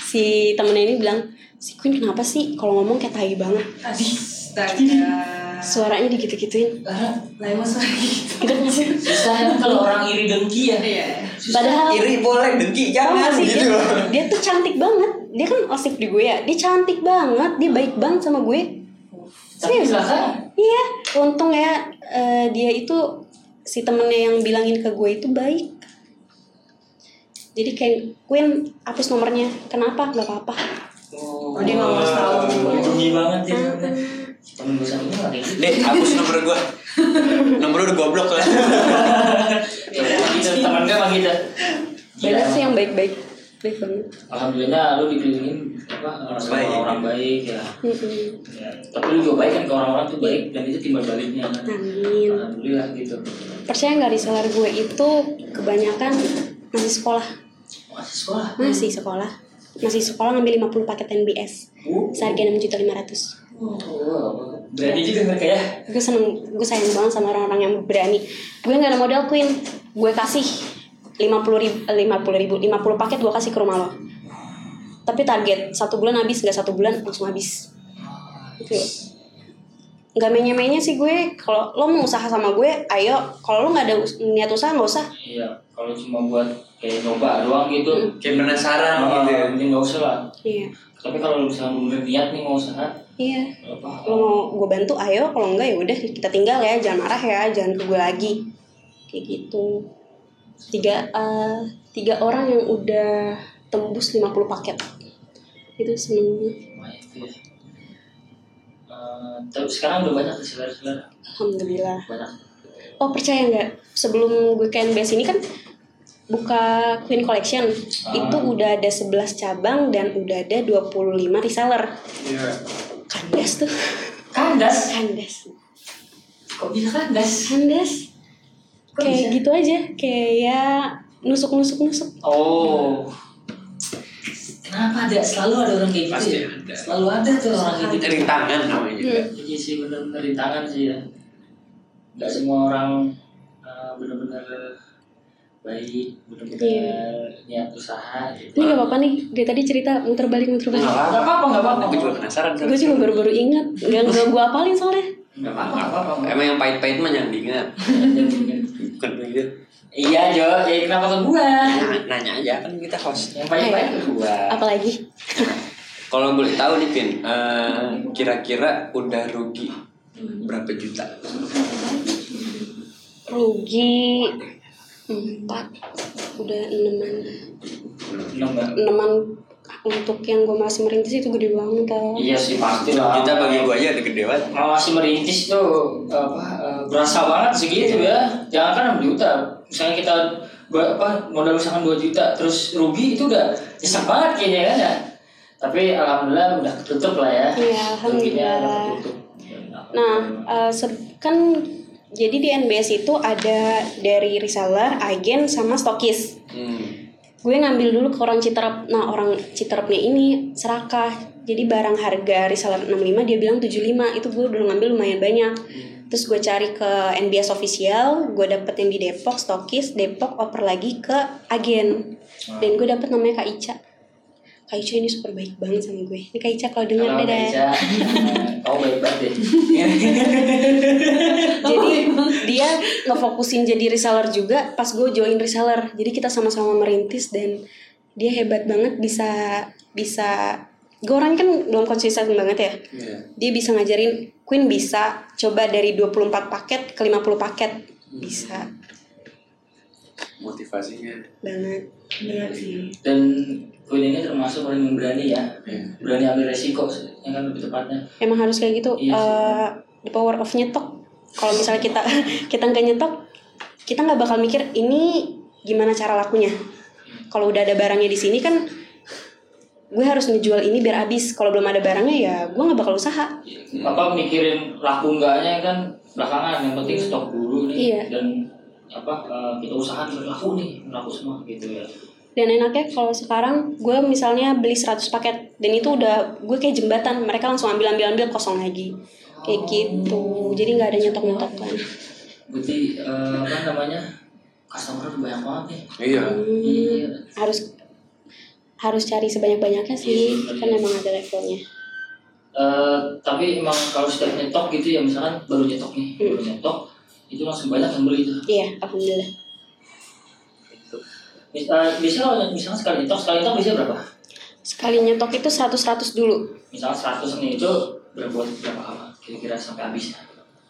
B: si temennya ini bilang, si Queen kenapa sih kalau ngomong kayak tai banget?
D: Astaga.
B: [laughs] Suaranya digitu-gituin.
A: Karena
D: Lah emang suara gitu.
B: Gitu nggak sih?
A: [laughs] susah ya kalau orang iri dengki ya.
D: Iya.
B: Padahal
C: iri boleh dengki
B: Tau
C: jangan
B: gak sih,
C: gitu
B: dia,
C: loh
B: dia tuh cantik banget dia kan osip di gue ya dia cantik banget dia baik banget sama gue
A: Tapi
B: Serius?
A: belakang
B: iya untung ya eh, dia itu si temennya yang bilangin ke gue itu baik jadi kayak Queen hapus nomornya kenapa nggak apa-apa
A: Oh,
D: Oh, dia nggak mau tahu.
A: Tinggi banget ya. Temen gue sama gue kayak gitu.
C: dek hapus nomor gua nomor lu udah goblok lah
A: Ya, emang gitu, temen gue emang gitu.
B: Iya. banyak
A: Gila.
B: sih yang baik-baik baik banget
A: Alhamdulillah lu dikelilingin apa orang sama
C: Baik.
A: orang baik ya.
B: Mm-mm.
A: Ya, Tapi lu juga baik kan ke orang-orang tuh baik dan itu timbal baliknya kan.
B: Amin.
A: Alhamdulillah gitu.
B: percaya nggak reseller gue itu kebanyakan masih sekolah
A: Masih sekolah.
B: masih sekolah masih sekolah ngambil 50 paket NBS
A: Uh.
B: seharga 6.500.000 juta
A: Wow. Oh, Berani juga mereka ya.
B: gue seneng gue sayang banget sama orang-orang yang berani gue nggak ada modal queen gue kasih 50 ribu 50 ribu 50 paket gue kasih ke rumah lo tapi target satu bulan habis nggak satu bulan langsung habis itu nggak mainnya-mainnya sih gue kalau lo mau usaha sama gue ayo kalau lo nggak ada us- niat usaha nggak usah
A: Iya, kalau cuma buat kayak nyoba doang gitu.
C: kayak
B: Hmm.
C: penasaran
A: Nah,
C: gitu
A: mending nggak usah lah.
B: iya
A: Tapi kalau lu misalnya bener niat nih mau eh, usaha,
B: iya
A: apa?
B: lo mau gue bantu ayo kalau enggak ya udah kita tinggal ya jangan marah ya jangan ke gue lagi kayak gitu tiga eh, tiga orang yang udah tembus 50 paket itu seneng banget.
A: Wah, itu ya. Eh, tapi sekarang udah banyak seller-seller
B: alhamdulillah
A: banyak.
B: oh percaya nggak sebelum gue ke NBS ini kan buka Queen Collection itu udah ada 11 cabang dan udah ada 25 reseller
C: Iya.
B: kandas tuh
A: Kandas,
B: kandas
A: kok bisa kandas?
B: kandas
A: Kok
B: kayak
A: bisa?
B: gitu aja kayak ya nusuk nusuk nusuk
A: Oh, Kenapa ada? Selalu ada orang kayak gitu.
C: Pasti
A: ya?
C: ada.
A: Selalu ada tuh orang kayak gitu.
C: rintangan namanya
B: Hmm.
A: Iya sih benar-benar rintangan sih ya. Gak semua orang eh, benar-benar baik, benar-benar
B: Iya.
A: niat usaha. Gitu.
B: Ini gak apa-apa nih, dia tadi cerita muter balik muter
C: Nggak
B: balik.
C: apa-apa.
A: Nggak apa-apa, nggak apa-apa.
C: Gue juga penasaran kan.
B: Gue juga baru-baru ingat, gak gak gue apalin soalnya.
A: Nggak
C: Nggak
A: apa-apa, nggak
C: apa-apa.
A: apa-apa.
C: Emang yang pahit-pahit mah jangan diingat. Bukan begitu.
A: Iya Jo, ya kenapa ke gua?
C: Nah, nanya aja kan kita host.
A: Yang paling baik
B: Iya.
A: ke gua.
B: Apalagi
C: Kalau boleh tahu nih Pin, eh, kira-kira udah rugi berapa juta?
B: rugi empat udah eneman
A: Enam nggak?
B: eneman untuk yang gue masih merintis itu gede banget tau
A: Iya sih pasti lah.
C: Kita bagi gua aja ada gede banget.
A: Kalau masih merintis tuh apa eh, berasa banget segitu ya. Jangan kan 6 juta. Misalnya kita ba- apa modal misalkan 2 juta terus rugi itu udah nyesek banget kayaknya kan ya. Tapi alhamdulillah udah ketutup lah ya.
B: Iya,
A: Ruginya udah
B: alhamdulillah.
A: ketutup.
B: nah eh, se- kan jadi di NBS itu ada dari reseller, agen, sama stokis.
C: Hmm.
B: Gue ngambil dulu ke orang Citerep. Nah, orang Citerepnya ini serakah. Jadi barang harga reseller 65 dia bilang 75. Itu gue udah ngambil lumayan banyak. Terus gue cari ke NBS official, gue dapet yang di Depok, stokis, Depok oper lagi ke agen. Dan gue dapet namanya Kak Ica. Kak Ica ini super baik banget sama gue. Ini Kak Ica kalau denger
A: Kalau
B: deh. Dai.
A: Reza, eh, [laughs] kamu baik banget deh.
B: jadi dia ngefokusin jadi reseller juga pas gue join reseller jadi kita sama-sama merintis dan dia hebat banget bisa bisa gue orang kan belum konsisten banget ya
C: Iya.
B: dia bisa ngajarin Queen bisa coba dari 24 paket ke 50 paket bisa
C: Motivasinya.
B: banget
A: Iya
D: Benar sih.
A: Dan Queen ini termasuk paling memberani ya.
C: Iya.
A: Berani ambil resiko, yang kan lebih tepatnya.
B: emang harus kayak gitu
A: Iya sih.
B: eh, the power of nyetok kalau misalnya kita [laughs] kita nggak nyetok kita nggak bakal mikir ini gimana cara lakunya kalau udah ada barangnya di sini kan gue harus ngejual ini biar habis kalau belum ada barangnya ya gue nggak bakal usaha
A: Iya. apa mikirin laku enggaknya kan belakangan yang penting stok dulu nih
B: Iya.
A: dan apa eh, kita usahakan berlaku nih berlaku semua gitu ya
B: dan enaknya kalau sekarang gue misalnya beli 100 paket dan itu udah gue kayak jembatan mereka langsung ambil ambil ambil kosong lagi kayak
A: Oh.
B: gitu jadi nggak ada kan. nyetok nyotokan
A: berarti eh, apa namanya customer udah banyak banget nih
C: Iya.
A: Iya.
B: harus harus cari sebanyak banyaknya
A: Iya,
B: sih
A: bener.
B: kan emang ada levelnya
A: Eh, tapi emang kalau setiap nyetok gitu ya misalkan baru nyetok nih
B: Hmm.
A: baru nyetok itu langsung banyak yang beli tuh
B: Iya, alhamdulillah.
A: Mis- eh, biasanya kalau misalkan sekali nyetok sekali nyetok bisa berapa
B: Sekali nyetok itu 100-100 dulu.
A: misalkan 100 nih itu berapa berapa lama kira-kira sampai habisnya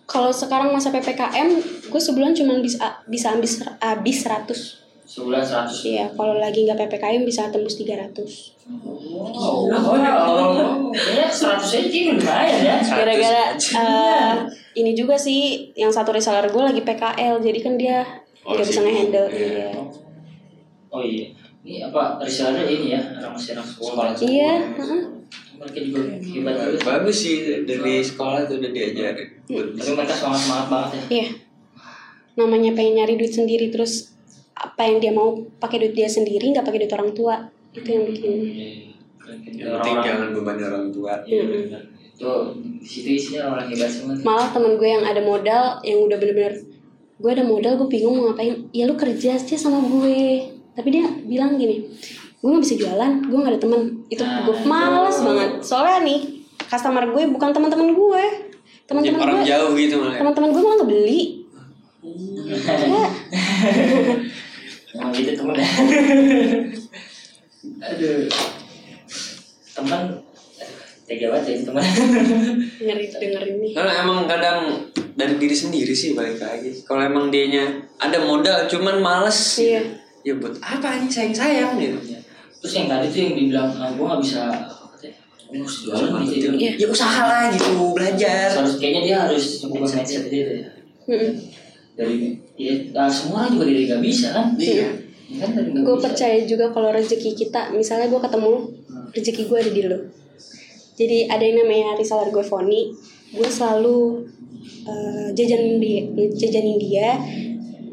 B: Kalau sekarang masa PPKM, gue sebulan cuma bisa bisa habis habis 100.
A: sebulan 100
B: Iya, kalau lagi nggak PPKM bisa tembus 300.
A: Wow,
B: Oh,
A: wow. Kayaknya
B: ya,
A: 100 aja kayaknya lumayan ya.
B: Gara-gara eh, ini juga sih yang satu reseller gue lagi PKL, jadi kan dia
C: Oh,
B: nggak bisa
C: sibuk.
B: ngehandle.
C: Iya.
B: Iya.
A: Oh iya. Ini apa reseller ini ya, orang Mesir orang sekolah.
B: Iya, heeh. Iya.
A: Mereka juga hebat
C: Ba-
A: juga.
C: Bagus sih dari sekolah tuh udah diajarin. buat
A: Tapi
C: bisa.
A: mereka semangat semangat banget ya.
B: Iya. Namanya pengen nyari duit sendiri terus apa yang dia mau pakai duit dia sendiri nggak pakai duit orang tua itu yang bikin
A: Iya, Keren keren.
C: Yang penting
A: Orang-orang-
C: jangan bebani orang tua.
A: Iya, benar. Itu di situ isinya orang hebat semua. tuh.
B: malah temen gue yang ada modal yang udah bener-bener gue ada modal gue bingung mau ngapain ya lu kerja aja sama gue tapi dia bilang gini gue nggak bisa jualan gue nggak ada temen itu
A: Nah,
B: gue males
A: itu.
B: banget soalnya nih customer gue bukan teman-teman gue teman-teman
C: Orang
B: gue
C: jauh gitu malah.
B: teman-teman gue malah nggak beli ya
A: Emang gitu temen ya. Aduh. Temen aduh, tega banget ya itu temen.
B: ngeri denger ini
C: Karena emang kadang dari diri sendiri sih balik lagi. Kalau emang dianya ada modal cuman males
B: Iya.
C: Ya buat apa ini sayang-sayang gitu.
A: Terus yang tadi tuh yang dibilang ah, gua nggak bisa apa tuh ya, gua harus jualan gitu.
B: Iya.
C: Ya usaha lah gitu,
D: Iya.
C: belajar.
A: harus kayaknya dia harus bukan mindset dia tuh ya
B: Mm-mm.
A: dari ya nah, semua orang juga dari nggak bisa kan
C: Iya.
A: Ya kan dari nggak
B: gue
A: bisa.
B: percaya juga kalau rezeki kita misalnya gue ketemu lu rezeki gue ada di lu jadi ada yang namanya reseller gue Foni gue selalu eh, jajanin dia jajanin dia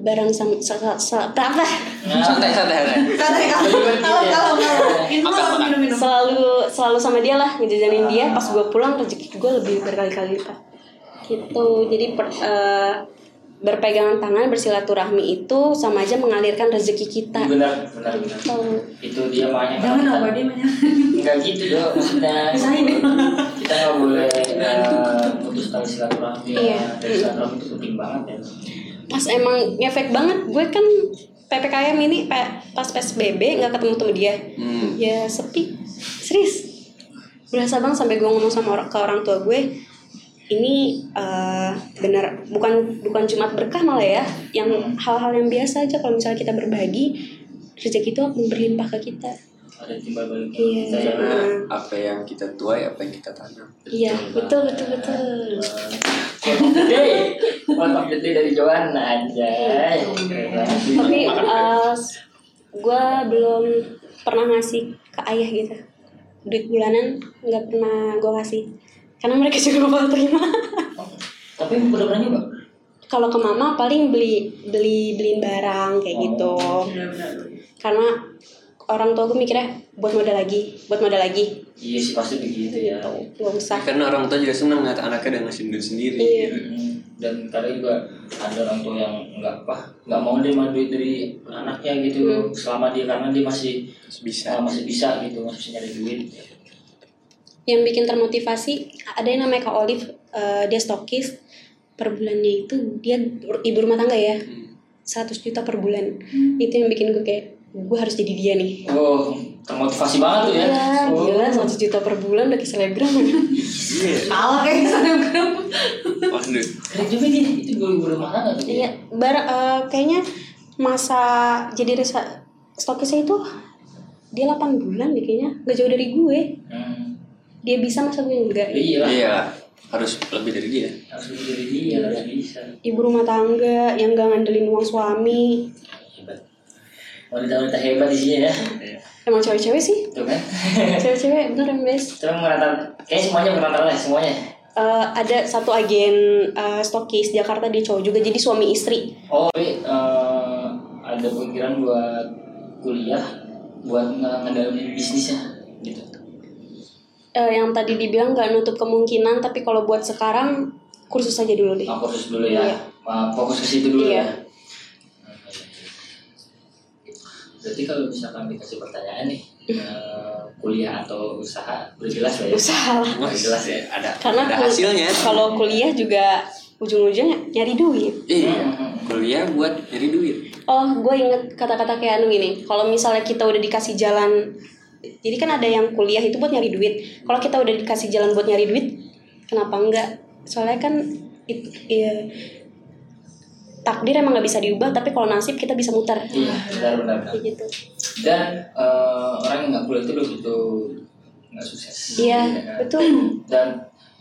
B: bareng sama sa- sa-
A: Nah,
B: apa?
C: Iya. santai santai santai
B: [laughs]
D: Santai
A: gitu
D: kalau kalau
A: ya.
D: kalau
A: Iya,
D: kalau minum minum. Ah.
B: selalu selalu sama dia lah ngejajanin dia pas gue pulang rezeki gue lebih berkali-kali lipat gitu jadi per- eh, berpegangan tangan bersilaturahmi itu sama aja mengalirkan rezeki kita
A: iya, benar benar benar
B: gitu
A: itu dia makanya
D: Jangan
A: kita-
D: dong, Pak, dia banyak.
A: nggak gitu dong maksudnya
D: Usahain.
A: kita nggak boleh eh, putus tali silaturahmi
B: Iya.
A: ya. dari silaturahmi itu penting banget ya
B: pas emang ngefek banget gue kan ppkm ini pe- pas psbb nggak ketemu tuh dia
C: hmm.
B: ya sepi serius berasa bang sampai gue ngomong sama orang ke orang tua gue ini eh, benar bukan bukan cuma berkah malah ya yang hal-hal yang biasa aja kalau misalnya kita berbagi rezeki itu akan berlimpah ke kita
A: ada timbal baliknya
B: Iya.
A: kita ya
C: karena apa yang kita tuai apa yang kita tanam
B: iya betul betul betul
A: Hey, Quote of the day dari Johan aja. Keren banget.
B: tapi eh, gue belum pernah ngasih ke ayah gitu duit bulanan nggak pernah gue kasih karena mereka juga bakal terima [laughs]
A: Tapi udah pernah nyoba?
B: kalau ke mama paling beli beli beliin barang kayak gitu karena orang tua gue mikirnya buat modal lagi buat modal lagi
A: Iya sih pasti begitu ya.
B: gak usah
C: karena orang tua juga senang ngeliat anaknya udah ngasih duit sendiri
B: Iya.
C: gitu.
A: Hmm, Dan kadang juga ada orang tua yang nggak apa, nggak mau nerima duit dari anaknya gitu
B: Hmm.
A: selama dia karena dia masih
C: bisa
A: eh, masih bisa gitu masih bisa nyari duit.
B: yang bikin termotivasi ada yang namanya kak Olive eh, dia stokis per bulannya itu dia ibu rumah tangga ya
C: Hmm.
B: 100 juta per bulan itu yang bikin gue kayak gue harus jadi dia nih
A: Oh, termotivasi banget tuh ya.
B: Iya,
A: Oh.
B: gila 1 juta per bulan udah kayak selebgram
C: iya
D: [laughs] Kalah kayak selebgram.
C: waduh
A: Keren juga gitu, itu gue ibu rumah tangga tuh.
B: Iya, bar- eh, kayaknya masa jadi resa stokisnya itu dia 8 bulan deh kayaknya, gak jauh dari gue.
A: Hmm.
B: Dia bisa masa gue enggak.
A: Iya lah,
C: iya lah. harus lebih dari dia
A: harus lebih dari dia, harus bisa.
B: Ibu rumah tangga yang gak ngandelin uang suami.
A: Hebat. Wanita-wanita hebat di sini ya.
B: Emang cewek-cewek sih?
A: Tuh kan.
B: Cewek-cewek bener yang best.
A: Cuma merata, kayak semuanya merata lah semuanya.
B: Eh, ada satu agen eh, stokis Jakarta dia cowok juga jadi suami istri.
A: Oh, tapi eh, ada pemikiran buat kuliah buat nge- ngedalamin bisnisnya gitu.
B: Eh, yang tadi dibilang gak nutup kemungkinan tapi kalau buat sekarang kursus aja dulu deh.
A: Nah, kursus dulu ya.
B: Iya.
A: Nah, fokus ke situ dulu
B: Iya.
A: ya. Berarti kalau misalkan dikasih pertanyaan nih, eh, kuliah atau usaha udah jelas lah ya.
B: Usaha lah.
A: Udah jelas ya.
C: ada
B: Karena
C: ada
B: kul-
C: hasilnya
B: Kalau kuliah juga ujung-ujungnya nyari duit.
A: Hmm,
C: iya kuliah buat nyari duit
B: Oh, gue inget kata-kata kayak anu gini. Kalau misalnya kita udah dikasih jalan, jadi kan ada yang kuliah itu buat nyari duit. Kalau kita udah dikasih jalan buat nyari duit, kenapa enggak? Soalnya kan it- ya, takdir emang nggak bisa diubah, tapi kalau nasib kita bisa muter.
A: Iya, benar-benar.
B: Kayak gitu.
A: Dan eh, orang yang nggak kuliah itu belum tentu nggak sukses. Ya
B: Iya,
A: kan?
B: betul.
A: dan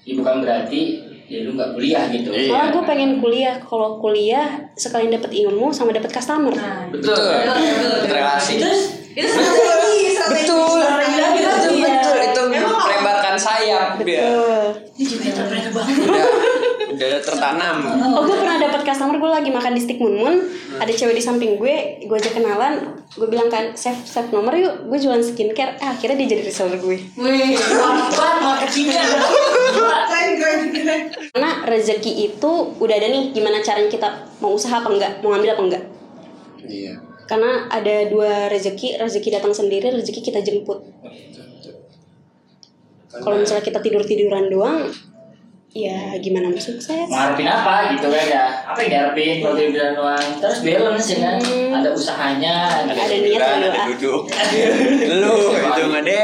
A: ya bukan berarti ya lu nggak kuliah gitu
C: Iya.
B: Malah gue pengen kuliah. Kalau kuliah sekalian dapat ilmu sama dapat customer.
D: Nah,
A: betul
C: relasi
D: itu strategi, strategi.
C: betul
D: Iya,
C: betul betul,
D: iya.
C: betul. itu
D: Emang apa?
C: melebarkan sayap dia
B: Betul.
D: Ini juga entrepreneur banget.
C: udah udah tertanam
B: Oh gue pernah dapat customer gue lagi makan di Stik Mun Mun Ada cewek di samping gue Gue aja kenalan Gue bilang kan save, save nomor yuk Gue jualan skincare eh, Akhirnya dia jadi reseller gue
D: Wih, kuat marketingnya. Keren, keren, keren.
B: Karena rezeki itu udah ada nih Gimana caranya kita mau usaha apa enggak Mau ngambil apa enggak
C: iya
B: Karena ada dua rezeki Rezeki datang sendiri Rezeki kita jemput Kalau misalnya kita tidur-tiduran doang Ya gimana mau sukses
A: ngarepin apa gitu kan ya apa yang diharapin kalau dia bilang doang terus balance ya kan ada usahanya ada
B: Hmm. Ada niat
C: Duran,
B: ada
C: ada
B: doa
C: duduk Iya. lu itu ngade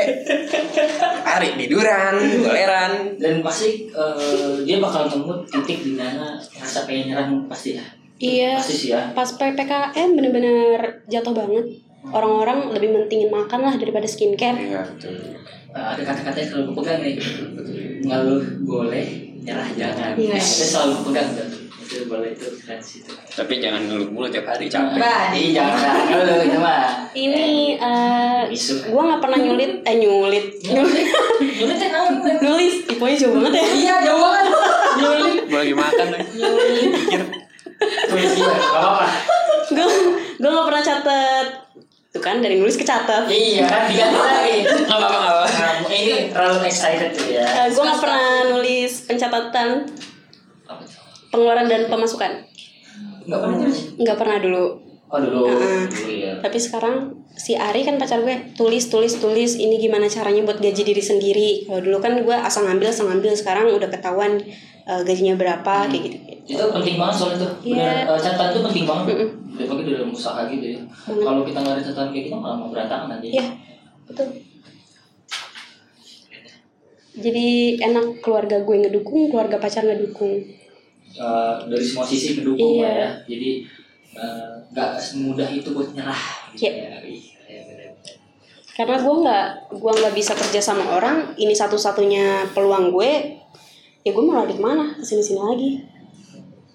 C: Ari di Duran Goleran
A: dan pasti eh, dia bakal nemu titik di mana rasa pengen nyerah pasti ya
B: Iya
A: pasti sih ya
B: pas PPKM bener-bener jatuh banget orang-orang lebih mentingin makan lah daripada skincare
C: iya betul
A: Eh, ada kata-kata yang selalu gue pegang nih ngeluh boleh nyerah jangan
B: Iya.
A: itu selalu gue pegang tuh itu boleh itu keren sih itu
C: tapi jangan ngeluh mulu tiap hari capek
D: Bah,
A: Ih, jangan ngeluh itu mah
B: ini eh
A: Isu.
B: gue nggak pernah nyulit eh nyulit
A: Nyulit teh naon?
B: nulis tipenya jauh banget ya
A: Iya, jauh banget. Nyulit.
C: gua lagi makan lagi
A: Nyulit. Tulis gimana? Gak apa-apa.
B: gue nggak pernah catet tuh kan dari nulis ke catet
D: Iya kan diganti lagi.
C: Nggak apa-apa, nggak apa-apa.
D: Nah, ini terlalu excited tuh ya.
B: Eh, gue nggak pernah nulis pencatatan
A: Apa tuh?
B: pengeluaran dan pemasukan
A: Nggak pernah nulis.
B: nggak pernah dulu
A: Oh dulu,
B: Heeh.
A: dulu ya.
B: tapi sekarang si Ari kan pacar gue tulis tulis tulis ini gimana caranya buat gaji diri sendiri kalau dulu kan gue asal ngambil asal ngambil sekarang udah ketahuan eh, gajinya berapa kayak gitu
A: Itu penting banget soal itu.
B: Iya.
A: Benar, eh, catatan itu penting banget. Apalagi di dalam usaha gitu ya. Kalau kita nggak ada catatan kayak gitu malah mau berantakan nanti.
B: Iya, betul. Jadi enak keluarga gue ngedukung, keluarga pacar ngedukung.
A: Eh, dari semua sisi mendukung
B: Iya.
A: lah ya. Jadi eh, nggak semudah itu buat nyerah. gitu ya.
B: Iya.
A: Iya, iya, benar-benar.
B: Karena gue nggak gue nggak bisa kerja sama orang. Ini satu-satunya peluang gue. Ya gue mau lari kemana? Kesini-sini lagi.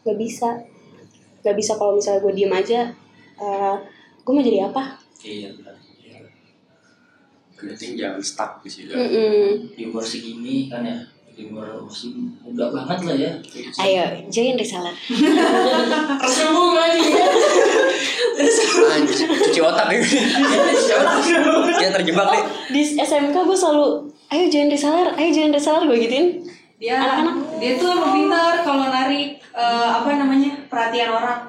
B: Gak bisa. Gak bisa kalau misalnya gue diem aja. eh, gue mau jadi apa?
A: Iya benar.
C: Berarti jangan stuck di situ.
B: Mm-mm.
A: Di umur segini kan ya. Di umur masih muda banget lah ya.
B: Ayo, join reseller.
D: Tersembung lagi.
C: Anjir, cuci otak ya. Dia terjebak deh.
B: Di SMK gue selalu, ayo join reseller, ayo join reseller gue gituin.
E: dia dia tuh emang pintar kalau narik eh, apa namanya perhatian orang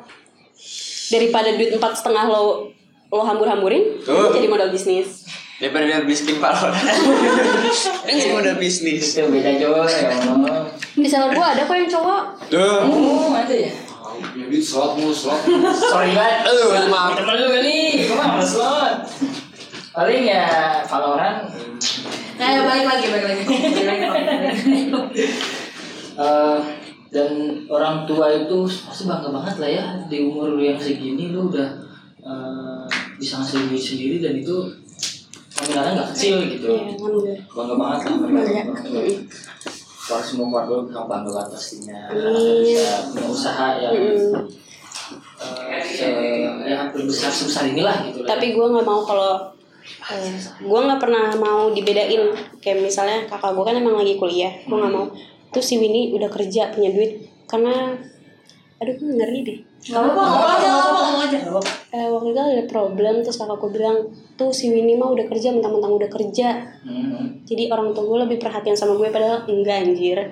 B: daripada duit empat setengah lo lo hambur-hamburin
C: Tuh.
B: jadi modal bisnis
C: Daripada dia miskin pak lo. [laughs] Ini jadi modal bisnis.
A: Itu beda coba ya. Allah.
B: di sana gua ada kok yang cowok
C: Duh.
D: Oh ada ya.
F: Jadi slot mulu slot. mulu.
A: Sorry banget.
C: Aduh, maaf.
A: Temen lu kali. Gua mah males banget. Paling ya Valorant
E: nah ya balik lagi balik lagi [laughs] Balik lagi, balik lagi.
A: eh dan orang tua itu pasti bangga banget lah ya di umur lu yang segini lu udah eh, bisa ngasih duit sendiri dan itu nominalnya nggak kecil gitu. Bangga banget lah.
B: Bangga.
A: Kalau semua keluarga lu bilang bangga banget pastinya
B: Amin.
A: bisa punya usaha yang
B: Mm-mm.
A: eh, se- ya berbesar sebesar inilah gitu. lah.
B: tapi gua nggak mau kalau eh, gua nggak pernah mau dibedain kayak misalnya kakak gua kan emang lagi kuliah gua nggak mau tuh si Winnie udah kerja punya duit karena aduh gua ngeri deh
E: nggak apa-apa nggak apa-apa nggak apa-apa, ngomong aja
B: Eh, waktu itu ada problem terus kakak gua bilang tuh si Winnie mah udah kerja mentang-mentang udah kerja
A: Hmm.
B: jadi orang tua gue lebih perhatian sama gue padahal enggak anjir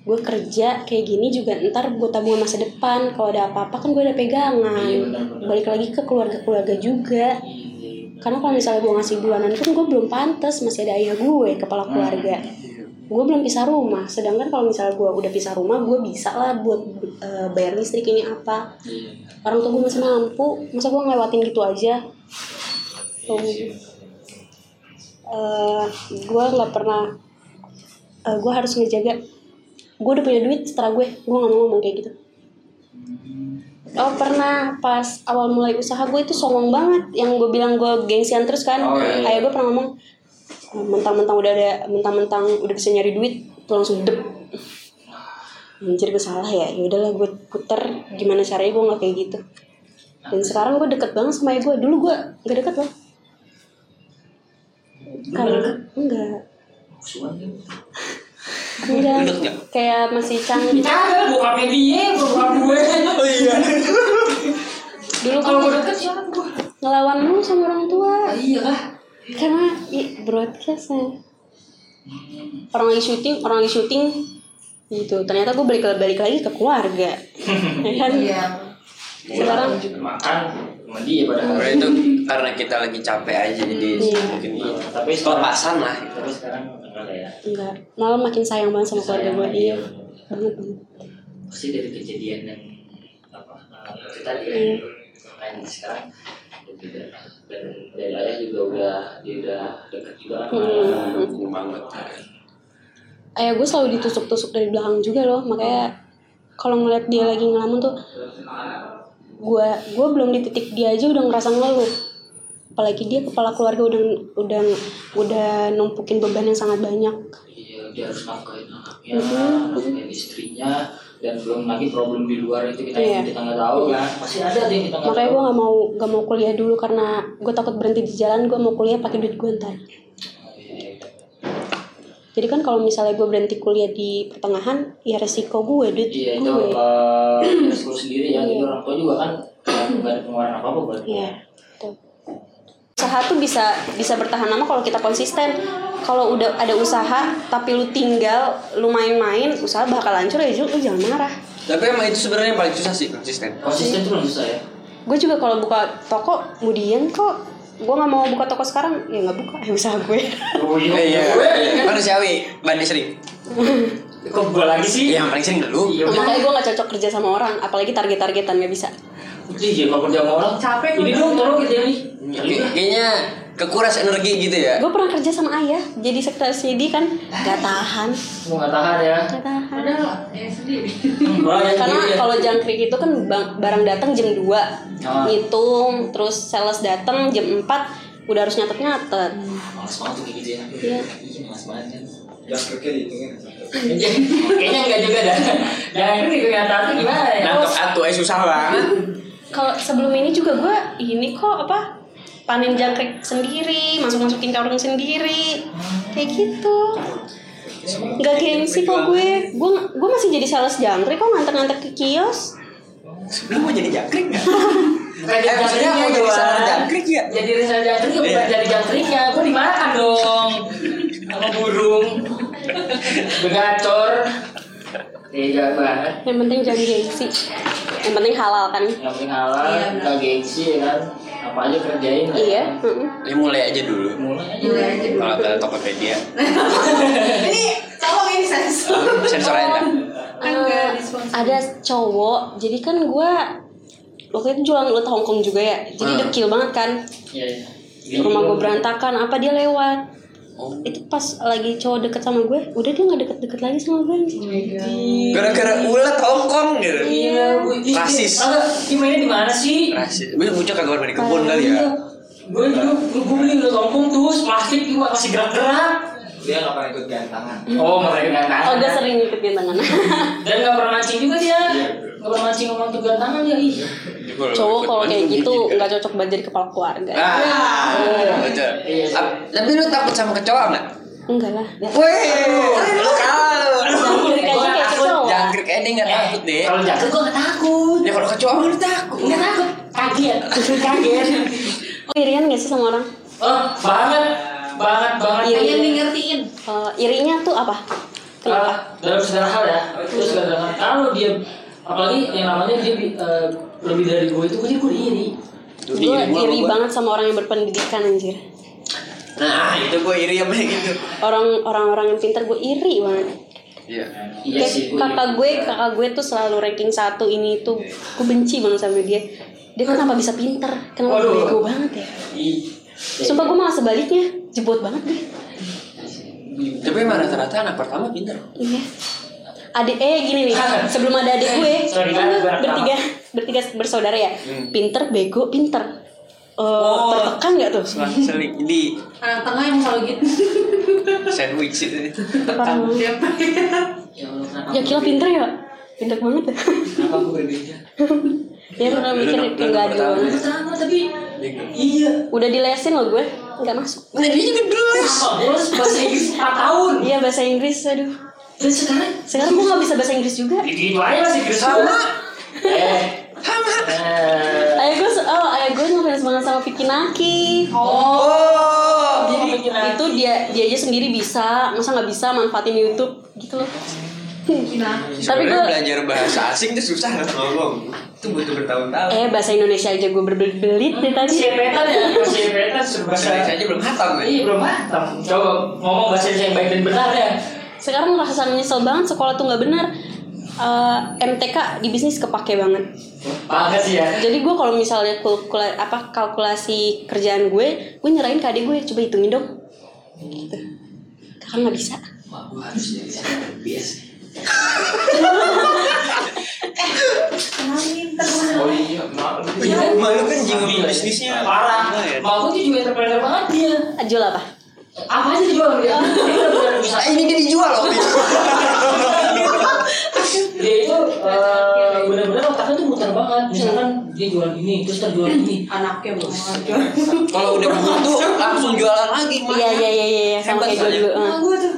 B: gue kerja kayak gini juga ntar gue tabungan masa depan kalau ada apa-apa kan gue ada pegangan
A: Iya, benar-benar.
B: balik lagi ke keluarga-keluarga juga
A: Iya.
B: karena kalau misalnya gue ngasih bulanan pun gue belum pantas masih ada ayah gue
A: Ah,
B: kepala keluarga
A: iya.
B: gue belum pisah rumah sedangkan kalau misalnya gue udah pisah rumah gue bisa lah buat eh, bayar listrik ini apa
A: Iya.
B: orang tua gue masih mampu masa gue ngelewatin gitu aja
A: Iya.
B: gue Eh, nggak pernah gue harus ngejaga gue udah punya duit setelah gue gue nggak mau ngomong kayak gitu oh pernah pas awal mulai usaha gue itu songong banget yang gue bilang gue gengsian terus kan
C: Oh, iya, iya.
B: kayak gue pernah ngomong "Eh, mentang-mentang udah ada mentang-mentang udah bisa nyari duit tuh langsung dep anjir gue salah ya ya udahlah gue puter gimana caranya gue nggak kayak gitu dan sekarang gue deket banget sama ayah gue dulu gue nggak deket loh karena enggak
A: Musuhan kan?
B: Enggak,
C: Gendut nggak?
B: Iya. kayak masih canggih.
D: Kagak bokapnya dia, bokap gue.
C: Oh iya.
B: Dulu kan
D: Kalau gue deket siapa gue?
B: ngelawan mulu sama orang tua
D: Iya lah.
B: karena i, broadcast ya. Orang lagi syuting, orang lagi syuting gitu. Ternyata gue balik balik lagi ke keluarga. Ya kan?
E: iya
B: Sekarang
A: makan sama dia padahal.
C: Karena Nah, itu karena kita lagi capek aja jadi
B: Iya.
C: mungkin
A: Iya, tapi sekarang
C: kelepasan lah.
A: tapi sekarang enggak lah ya.
B: enggak, malah makin sayang banget sama keluarga gue. Iya. Banget banget.
A: Pasti dari kejadian yang apa eh, itu tadi ya.
B: Iya.
A: Makanya sekarang udah beda. dan dari ayah juga udah dia udah dekat juga sama
B: Hmm.
C: Dukung banget.
B: Ayah gue selalu ditusuk-tusuk dari belakang juga loh, makanya kalau ngeliat dia lagi ngelamun tuh gue gue belum di titik dia aja udah ngerasa ngeluh apalagi dia kepala keluarga udah udah udah numpukin beban yang sangat banyak
A: Iya, dia harus nafkahin anaknya,
B: Hmm.
A: nafkahin istrinya, dan belum lagi problem di luar itu kita
B: Iya.
A: yang kita nggak tahu kan. Pasti ada tuh yang kita nggak
B: makanya
A: tahu.
B: gue nggak mau nggak mau kuliah dulu karena gue takut berhenti di jalan gue mau kuliah pakai duit gue ntar jadi kan kalau misalnya gue berhenti kuliah di pertengahan ya resiko gue duit
A: Iya itu
B: gue
A: eh, resiko sendiri ya, jadi
B: Iya.
A: orang tua juga kan nggak ada ada pengeluaran apa apa buat
B: Iya. betul. Usaha tuh bisa bisa bertahan lama kalau kita konsisten. Kalau udah ada usaha tapi lu tinggal, lu main-main, usaha bakal hancur ya Jul, lu jangan marah.
C: Tapi emang itu sebenarnya yang paling susah sih konsisten.
A: konsisten tuh belum susah ya
B: Gue juga kalau buka toko, mau diem kok. Gue nggak mau buka toko sekarang, ya nggak buka. [laughs] Ya usaha gue.
C: Eh, Iya, iya. manusiawi, bandnya sering.
A: kok gua lagi sih
C: Iya, yang paling sering lu.
A: iya
B: Makanya gue nggak cocok kerja sama orang, apalagi target-targetan nggak bisa.
A: iya kalau kerja sama orang
E: Capek,
A: ini Iya.
E: udah.
A: dong tolong kerja nih
C: Kayak- Kayaknya kekuras energi gitu ya.
B: Gue pernah kerja sama ayah, jadi sekretaris jadi kan nggak tahan,
A: mau nggak tahan ya
B: nggak tahan.
E: Padahal ya sendiri.
A: Orang yang
B: Iya. Karena
A: sendiri ya.
B: kalau jangkrik itu kan bang- barang datang jam 2
A: Ah.
B: Ngitung, terus sales datang jam 4 Udah harus nyatet-nyatet
A: males banget tuh kayak gitu ya
B: Iya.
A: iya males banget kan Iya.
F: Yang keke dihitungin.
A: kayaknya enggak juga dah jangan ini kayak tahu gimana ya
C: Nangkep atu eh susah banget.
B: Kalau sebelum ini juga gue ini kok apa Panen jangkrik sendiri, masuk-masukin karung sendiri Kayak gitu Gak gengsi kok gue Gue gue masih jadi sales jangkrik kok nganter-nganter ke kios
C: Lu mau jadi jangkrik nggak?
A: Bukan
C: Eh, maksudnya mau jadi
A: doang.
C: sarang jangkrik ya? Iya.
A: Jadi sarang jangkrik ya, bukan jadi jangkriknya. Gue dimakan dong. Sama burung. Begacor. Tega banget.
B: Yang penting jangan gengsi Yang penting halal kan
A: Yang penting halal,
E: Iya,
A: nggak gengsi ya kan. Apa aja kerjain. lah.
B: Iya mm-mm.
C: Ya mulai aja dulu.
A: Mulai aja.
E: Mulai aja dulu.
C: Kalau ada Tokopedia,
E: Ini tolong ini sensor.
C: sensor aja.
E: Kan
B: Eh,
E: nggak disponsori.
B: ada cowok jadi kan gue waktu itu jualan ulet Hongkong juga ya jadi
C: Hmm.
B: dekil banget kan
A: Iya. iya.
B: rumah gue berantakan apa dia lewat
C: Oh.
B: itu pas lagi cowok deket sama gue udah dia nggak deket-deket lagi sama gue
E: Oh
C: Gara-gara
B: Iya.
C: ulat Hongkong gitu.
A: Iya, Bu. Ih,
C: Rasis.
A: Ih, Angga, Ini mainnya di mana sih?
C: Rasis. Gue muncul kagak pernah di
B: Ah,
C: kebun kali
B: iya.
C: ya.
A: Gue dulu, gue beli udah tompong tuh, plastik juga masih gerak-gerak.
F: Dia nggak pernah ikut gantangan.
A: Oh, mereka
B: oh gue sering ikut
C: [laughs]
B: tangan
A: Dan nggak pernah mancing juga dia.
F: Iya.
A: Nggak pernah mancing sama gantangan dia. Ih.
B: cowok kalau kayak gitu nggak cocok banget jadi kepala keluarga
C: Ah, betul.
A: Iya.
C: Ap- Tapi lu takut sama kecoa nggak?
B: enggak lah
C: Wih, lu kalau
B: jangkrik aja kayak kecoa Eh.
C: jangkrik aja dia nggak takut deh.
A: Kalau jatuh gue nggak takut.
C: Ya kalau kecoa mah lu takut.
A: Nggak takut. Kaget.
C: [laughs]
A: Kaget.
B: oh, irian nggak sih sama orang
A: Oh, banget. Banget banget.
B: Iya,
E: Kalian nih ngertiin.
B: Eh, irinya tuh apa
A: Kalau
B: kenapa
C: Eh,
A: dalam segala hal ya. Terus segala hal. Kalau dia apalagi yang namanya dia eh, lebih dari gue itu jadi gue iri.
C: Tuh,
B: gue
C: iri gua
B: iri
C: sama gua.
B: banget sama orang yang berpendidikan anjir
C: Nah, itu gue iri sama yang gitu.
B: orang orang-orang yang pintar gue iri banget
C: Iya.
A: Iya
B: Kayak
A: sih.
B: kakak
A: iri.
B: gue kakak gue tuh selalu ranking satu ini itu gue benci banget sama dia dia kenapa bisa pinter kenapa
A: Waduh. Iya,
B: bego banget ya
A: Ih.
B: sumpah gue malah sebaliknya jebot banget deh
C: Tapi emang rata-rata anak pertama pinter.
B: iya adik eh gini
A: [laughs]
B: nih sebelum ada adik gue
A: Sorry,
B: kan
A: gue
B: gue bertiga bertiga bersaudara ya
A: Hmm.
B: pinter bego pinter Eh,
A: Oh.
B: tertekan gak tuh
C: Selang seling di
E: Anak tengah yang selalu gitu.
C: sandwich itu.
B: parah banget
E: Siapa ya?
A: Ya Allah, kenapa
B: ya
A: gue
B: kira
A: iri?
B: pinter ya pinter banget ya [laughs]
A: Kenapa gue berbeda?
B: dia pernah
C: Lu
B: mikir
C: nomor- lu
B: enggak
C: nomor
B: ada
C: pertama.
A: Pertama tapi iya.
B: udah dilesin loh gue nggak masuk
C: Nah dia juga gelas.
A: Apa gue harus bahasa Inggris 4 tahun?
B: iya bahasa Inggris aduh
A: Dan sekarang
B: sekarang gue nggak bisa bahasa Inggris juga
A: Gitu aja masih Inggris sama. Eh. Sama.
B: Ayah gue, se- oh ayah gue ngefans banget sama Vicky Naki
C: Oh.
A: Jadi
B: Itu dia dia aja sendiri bisa, masa nggak bisa manfaatin Youtube gitu loh
E: Nah,
B: [laughs] Tapi
C: Sebenarnya
B: gue-
C: belajar bahasa asing itu susah loh ngomong. Itu butuh bertahun-tahun.
B: Eh bahasa Indonesia aja gue berbelit-belit deh tadi
A: Siempetan ya, siempetan suruh
C: Bahasa Indonesia
A: bahasa
C: aja belum hatam ya.
A: Iya belum matang. Coba ngomong bahasa Indonesia yang baik dan benar ya.
B: Sekarang ngerasa nyesel banget sekolah tuh nggak benar Eh, MTK di bisnis kepake banget
A: Banget sih ya.
B: Jadi gue kalau misalnya kalkula- apa, kalkulasi kerjaan gue Gue nyerahin ke adik gue, coba hitungin dong gitu. Kakak nggak bisa
A: Wah, gue harus jadi sangat biasa.
E: kenalin terus.
F: Oh iya, maaf.
C: Iya, malu kan jingle bisnisnya.
A: Iya, Parah.
C: Iya.
A: Mak gue tuh juga entrepreneur banget dia.
B: Jual apa?
A: Apa aja dijual
C: Iya,
A: dia. Dia benar-benar bisa.
C: Eh, Ini dia dijual loh.
A: Dia itu eh, benar-benar otaknya tuh muter banget. Misalkan dia jualan ini, terus terjual ini.
E: Anaknya bos.
C: [laughs] Kalau udah butuh langsung jualan lagi. Mas.
B: Iya iya iya iya iya,
C: Hebat
B: sama kayak gue
C: soalnya.
B: dulu. eh.
E: Nah, gue tuh.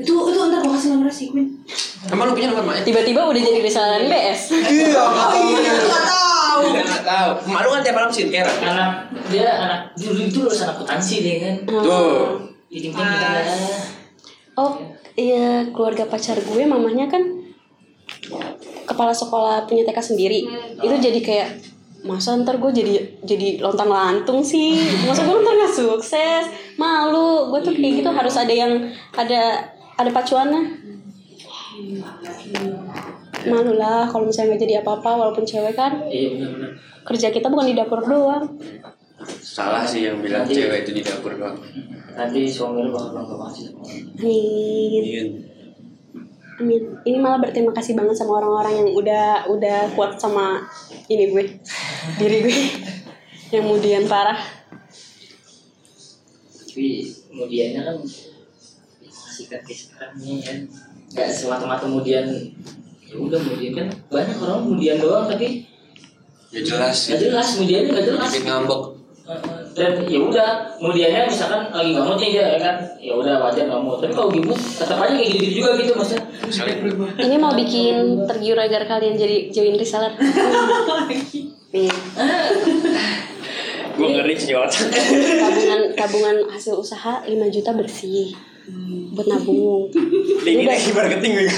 E: Itu itu ntar gue kasih nomor si Queen.
B: Iya,
C: Emang lu punya nomor Mak?
B: Tiba-tiba udah jadi risalan BS.
C: Iya, makanya.
E: Gak tahu.
F: tahu.
C: Emak lu kan tiap malam skincare.
A: anak dia anak dulu itu lulus anak akuntansi dia kan
C: Tuh.
A: jadi mungkin kita ya
B: Oh iya keluarga pacar gue mamanya kan kepala sekolah punya TK sendiri. Itu jadi kayak masa ntar gue jadi jadi lontang lantung sih masa gue ntar gak sukses malu gue tuh kayak gitu harus ada yang ada ada pacuannya malu lah kalau misalnya nggak jadi apa-apa walaupun cewek kan
A: iya benar-benar
B: kerja kita bukan di dapur doang
C: Salah sih yang bilang
A: Iya.
C: cewek itu di dapur doang.
A: nanti suami lu bakal pulang ke masjid
B: amin
C: Iya.
B: Amin. Ini malah berterima kasih banget sama orang-orang yang udah udah kuat sama ini gue, diri gue [laughs] yang kemudian parah.
A: tapi kemudiannya kan masih ke sekarang nih kan nggak semata-mata kemudian ya udah kemudian kan banyak orang kemudian doang tapi
C: Ya jelas sih.
A: nggak jelas kemudiannya nggak jelas
C: Bikin ngambek.
A: Heeh. dan ya udah kemudiannya misalkan lagi ngamut nih dia ya kan ya udah wajar ngamut tapi kalau gimut tetap aja kayak gitu juga gitu maksudnya
C: Misalnya
B: Ini mau bikin tergiur agar kalian jadi join reseller. Nih,
C: gue ngeri sih otak.
B: tabungan tabungan hasil usaha 5 juta bersih buat nabung.
C: Ini lagi marketing gue.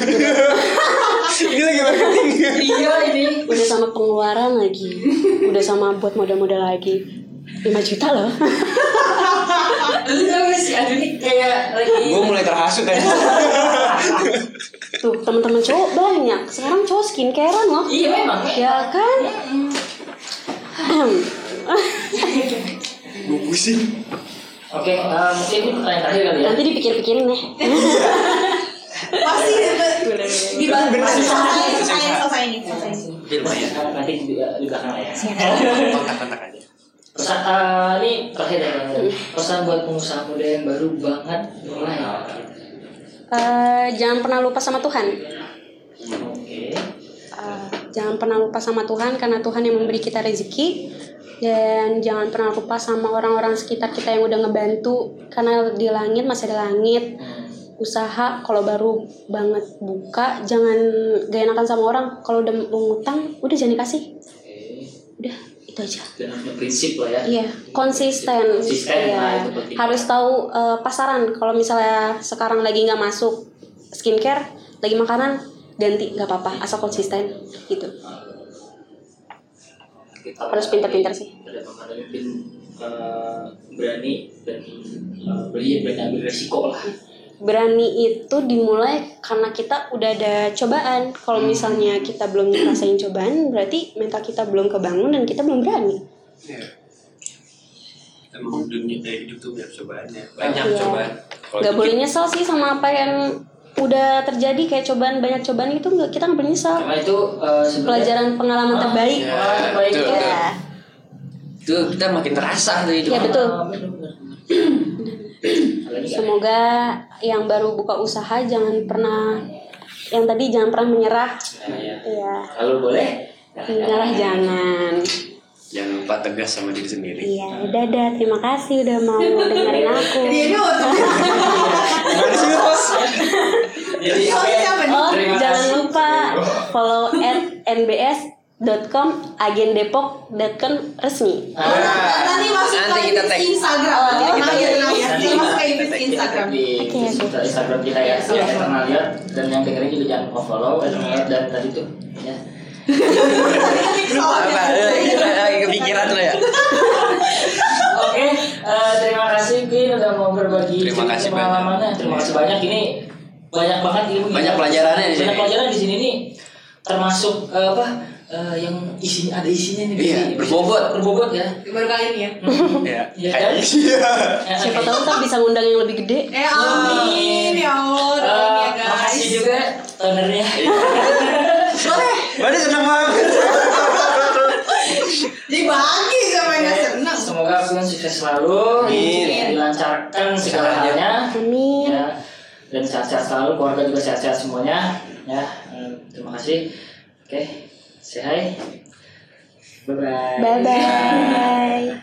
C: Ini lagi marketing.
A: iya ini
B: Udah sama pengeluaran lagi, udah sama buat modal-modal lagi. 5 juta loh.
A: lu tau gak sih aduh ini kayak lagi
C: Gue mulai terhasut aja.
B: Tuh, teman-teman cowok banyak. Sekarang cowok skincarean loh.
A: iya memang
B: Ya kan? [clears throat]
C: Gue pusing.
A: oke eh, mungkin ini pertanyaan terakhir kali ya
B: Nanti dipikir-pikirin deh.
D: Pasti
E: eh,
D: di
C: Tapi bener sih.
D: selesai selesai selesai ini selesai ini.
C: Tapi lumayan.
A: nanti di, ya? di belakang lah ya
C: Kontak-kontak aja.
A: pesan eh, ini terakhir ya
B: Iya.
A: Bang. pesan buat pengusaha muda yang baru banget mulai
B: [laughs] Eh, jangan pernah lupa sama Tuhan.
A: oke
B: Eh, jangan pernah lupa sama Tuhan karena Tuhan yang memberi kita rezeki dan jangan pernah lupa sama orang-orang sekitar kita yang udah ngebantu karena di langit masih ada langit. Usaha kalau baru banget buka jangan gak enakan sama orang. Kalau udah mengutang udah jangan dikasih.
A: oke
B: Udah itu aja.
A: dan punya prinsip lah ya
B: Iya, konsisten.
A: Konsisten,
B: Iya.
A: nah, itu penting.
B: Harus tahu eh, pasaran. Kalau misalnya sekarang lagi nggak masuk skincare, lagi makanan, ganti nggak apa-apa, asal konsisten gitu.
A: Kita
B: Harus pintar-pintar sih.
A: ada pemimpin eh, berani dan eh, beli berani ambil resiko lah
B: Berani itu dimulai karena kita udah ada cobaan. Kalau
A: Hmm.
B: misalnya kita belum ngerasain cobaan, berarti mental kita belum kebangun dan kita belum berani.
C: Emang dunia eh, hidup tuh banyak cobaannya. Banyak
B: Iya.
C: cobaan. Kalau
B: Nggak
C: dikit-
B: boleh nyesel sih sama apa yang udah terjadi kayak cobaan banyak cobaan itu nggak kita nggak boleh nyesel.
A: karena itu eh, sebenarnya
B: Pelajaran pengalaman
A: Ah,
B: terbaik.
A: iya,
C: Ya,
A: Baik,
C: betul,
A: ya.
C: betul.
B: Ya.
C: Tuh kita makin terasa tuh hidup.
B: Iya, betul.
A: Ah,
B: [clears throat]
A: benar-benar. Ada lagi nggak?
B: Semoga yang baru buka usaha jangan pernah yang tadi jangan pernah menyerah.
A: Nah, ya.
B: Iya.
A: kalau boleh
B: Menyerah jangan.
C: Jangan lupa tegas sama diri sendiri.
B: Iya, dadah. Terima kasih udah mau dengerin aku.
D: Dia ini waktu
A: jadi
D: Soalnya siapa nih?
B: Oh,
A: Terima
B: jangan
A: kasih.
B: lupa follow at nbs.com agendepok.com resmi.
A: Nah,
D: Nah, Nanti masuk
C: Nanti
D: ke
C: kita
D: IPS
C: tag.
D: Instagram.
B: Nanti
D: Nanti kita
B: kita tag.
D: nanti
A: Nanti
D: kita masuk
A: Iya.
D: ke
C: kita
D: IPS
C: tag.
D: Instagram.
A: di
B: Oke, oke.
A: Instagram kita ya
D: Iya.
A: Silahkan pernah lihat dan yang dengerin juga jangan lupa follow dan dan tadi tuh ya
C: Apa? Lagi-
D: Iya.
C: Lagi kepikiran tuh ya.
A: Oke, eh, terima kasih Queen udah mau berbagi
C: Terima
A: cerita
C: kasih
A: pengalamannya.
C: banyak.
A: Terima kasih banyak. Ini banyak banget ilmu.
C: Banyak pelajarannya di
A: Banyak
C: sini.
A: pelajaran di sini nih. Termasuk eh, apa? eh, yang isinya ada isinya nih.
C: Iya, berbobot.
A: Berbobot ya.
D: Baru kali ini ya.
C: Iya.
A: Iya.
C: Kayaknya sih.
A: Eh,
B: Siapa
A: oke.
B: tahu ntar bisa ngundang yang lebih gede.
D: Eh amin ya Allah
A: Eh,
D: doain ya guys.
A: makasih juga tonernya.
C: Iya.
D: Boleh.
C: Berarti seneng banget.
D: Dibagi sama yang gak seneng.
A: Semoga kalian sukses selalu,
C: Amin.
A: dilancarkan segala
C: Segalanya.
A: halnya.
B: Amin.
A: ya dan sehat-sehat selalu keluarga juga sehat-sehat semuanya ya eh, terima kasih oke say hi bye bye
B: Bye bye.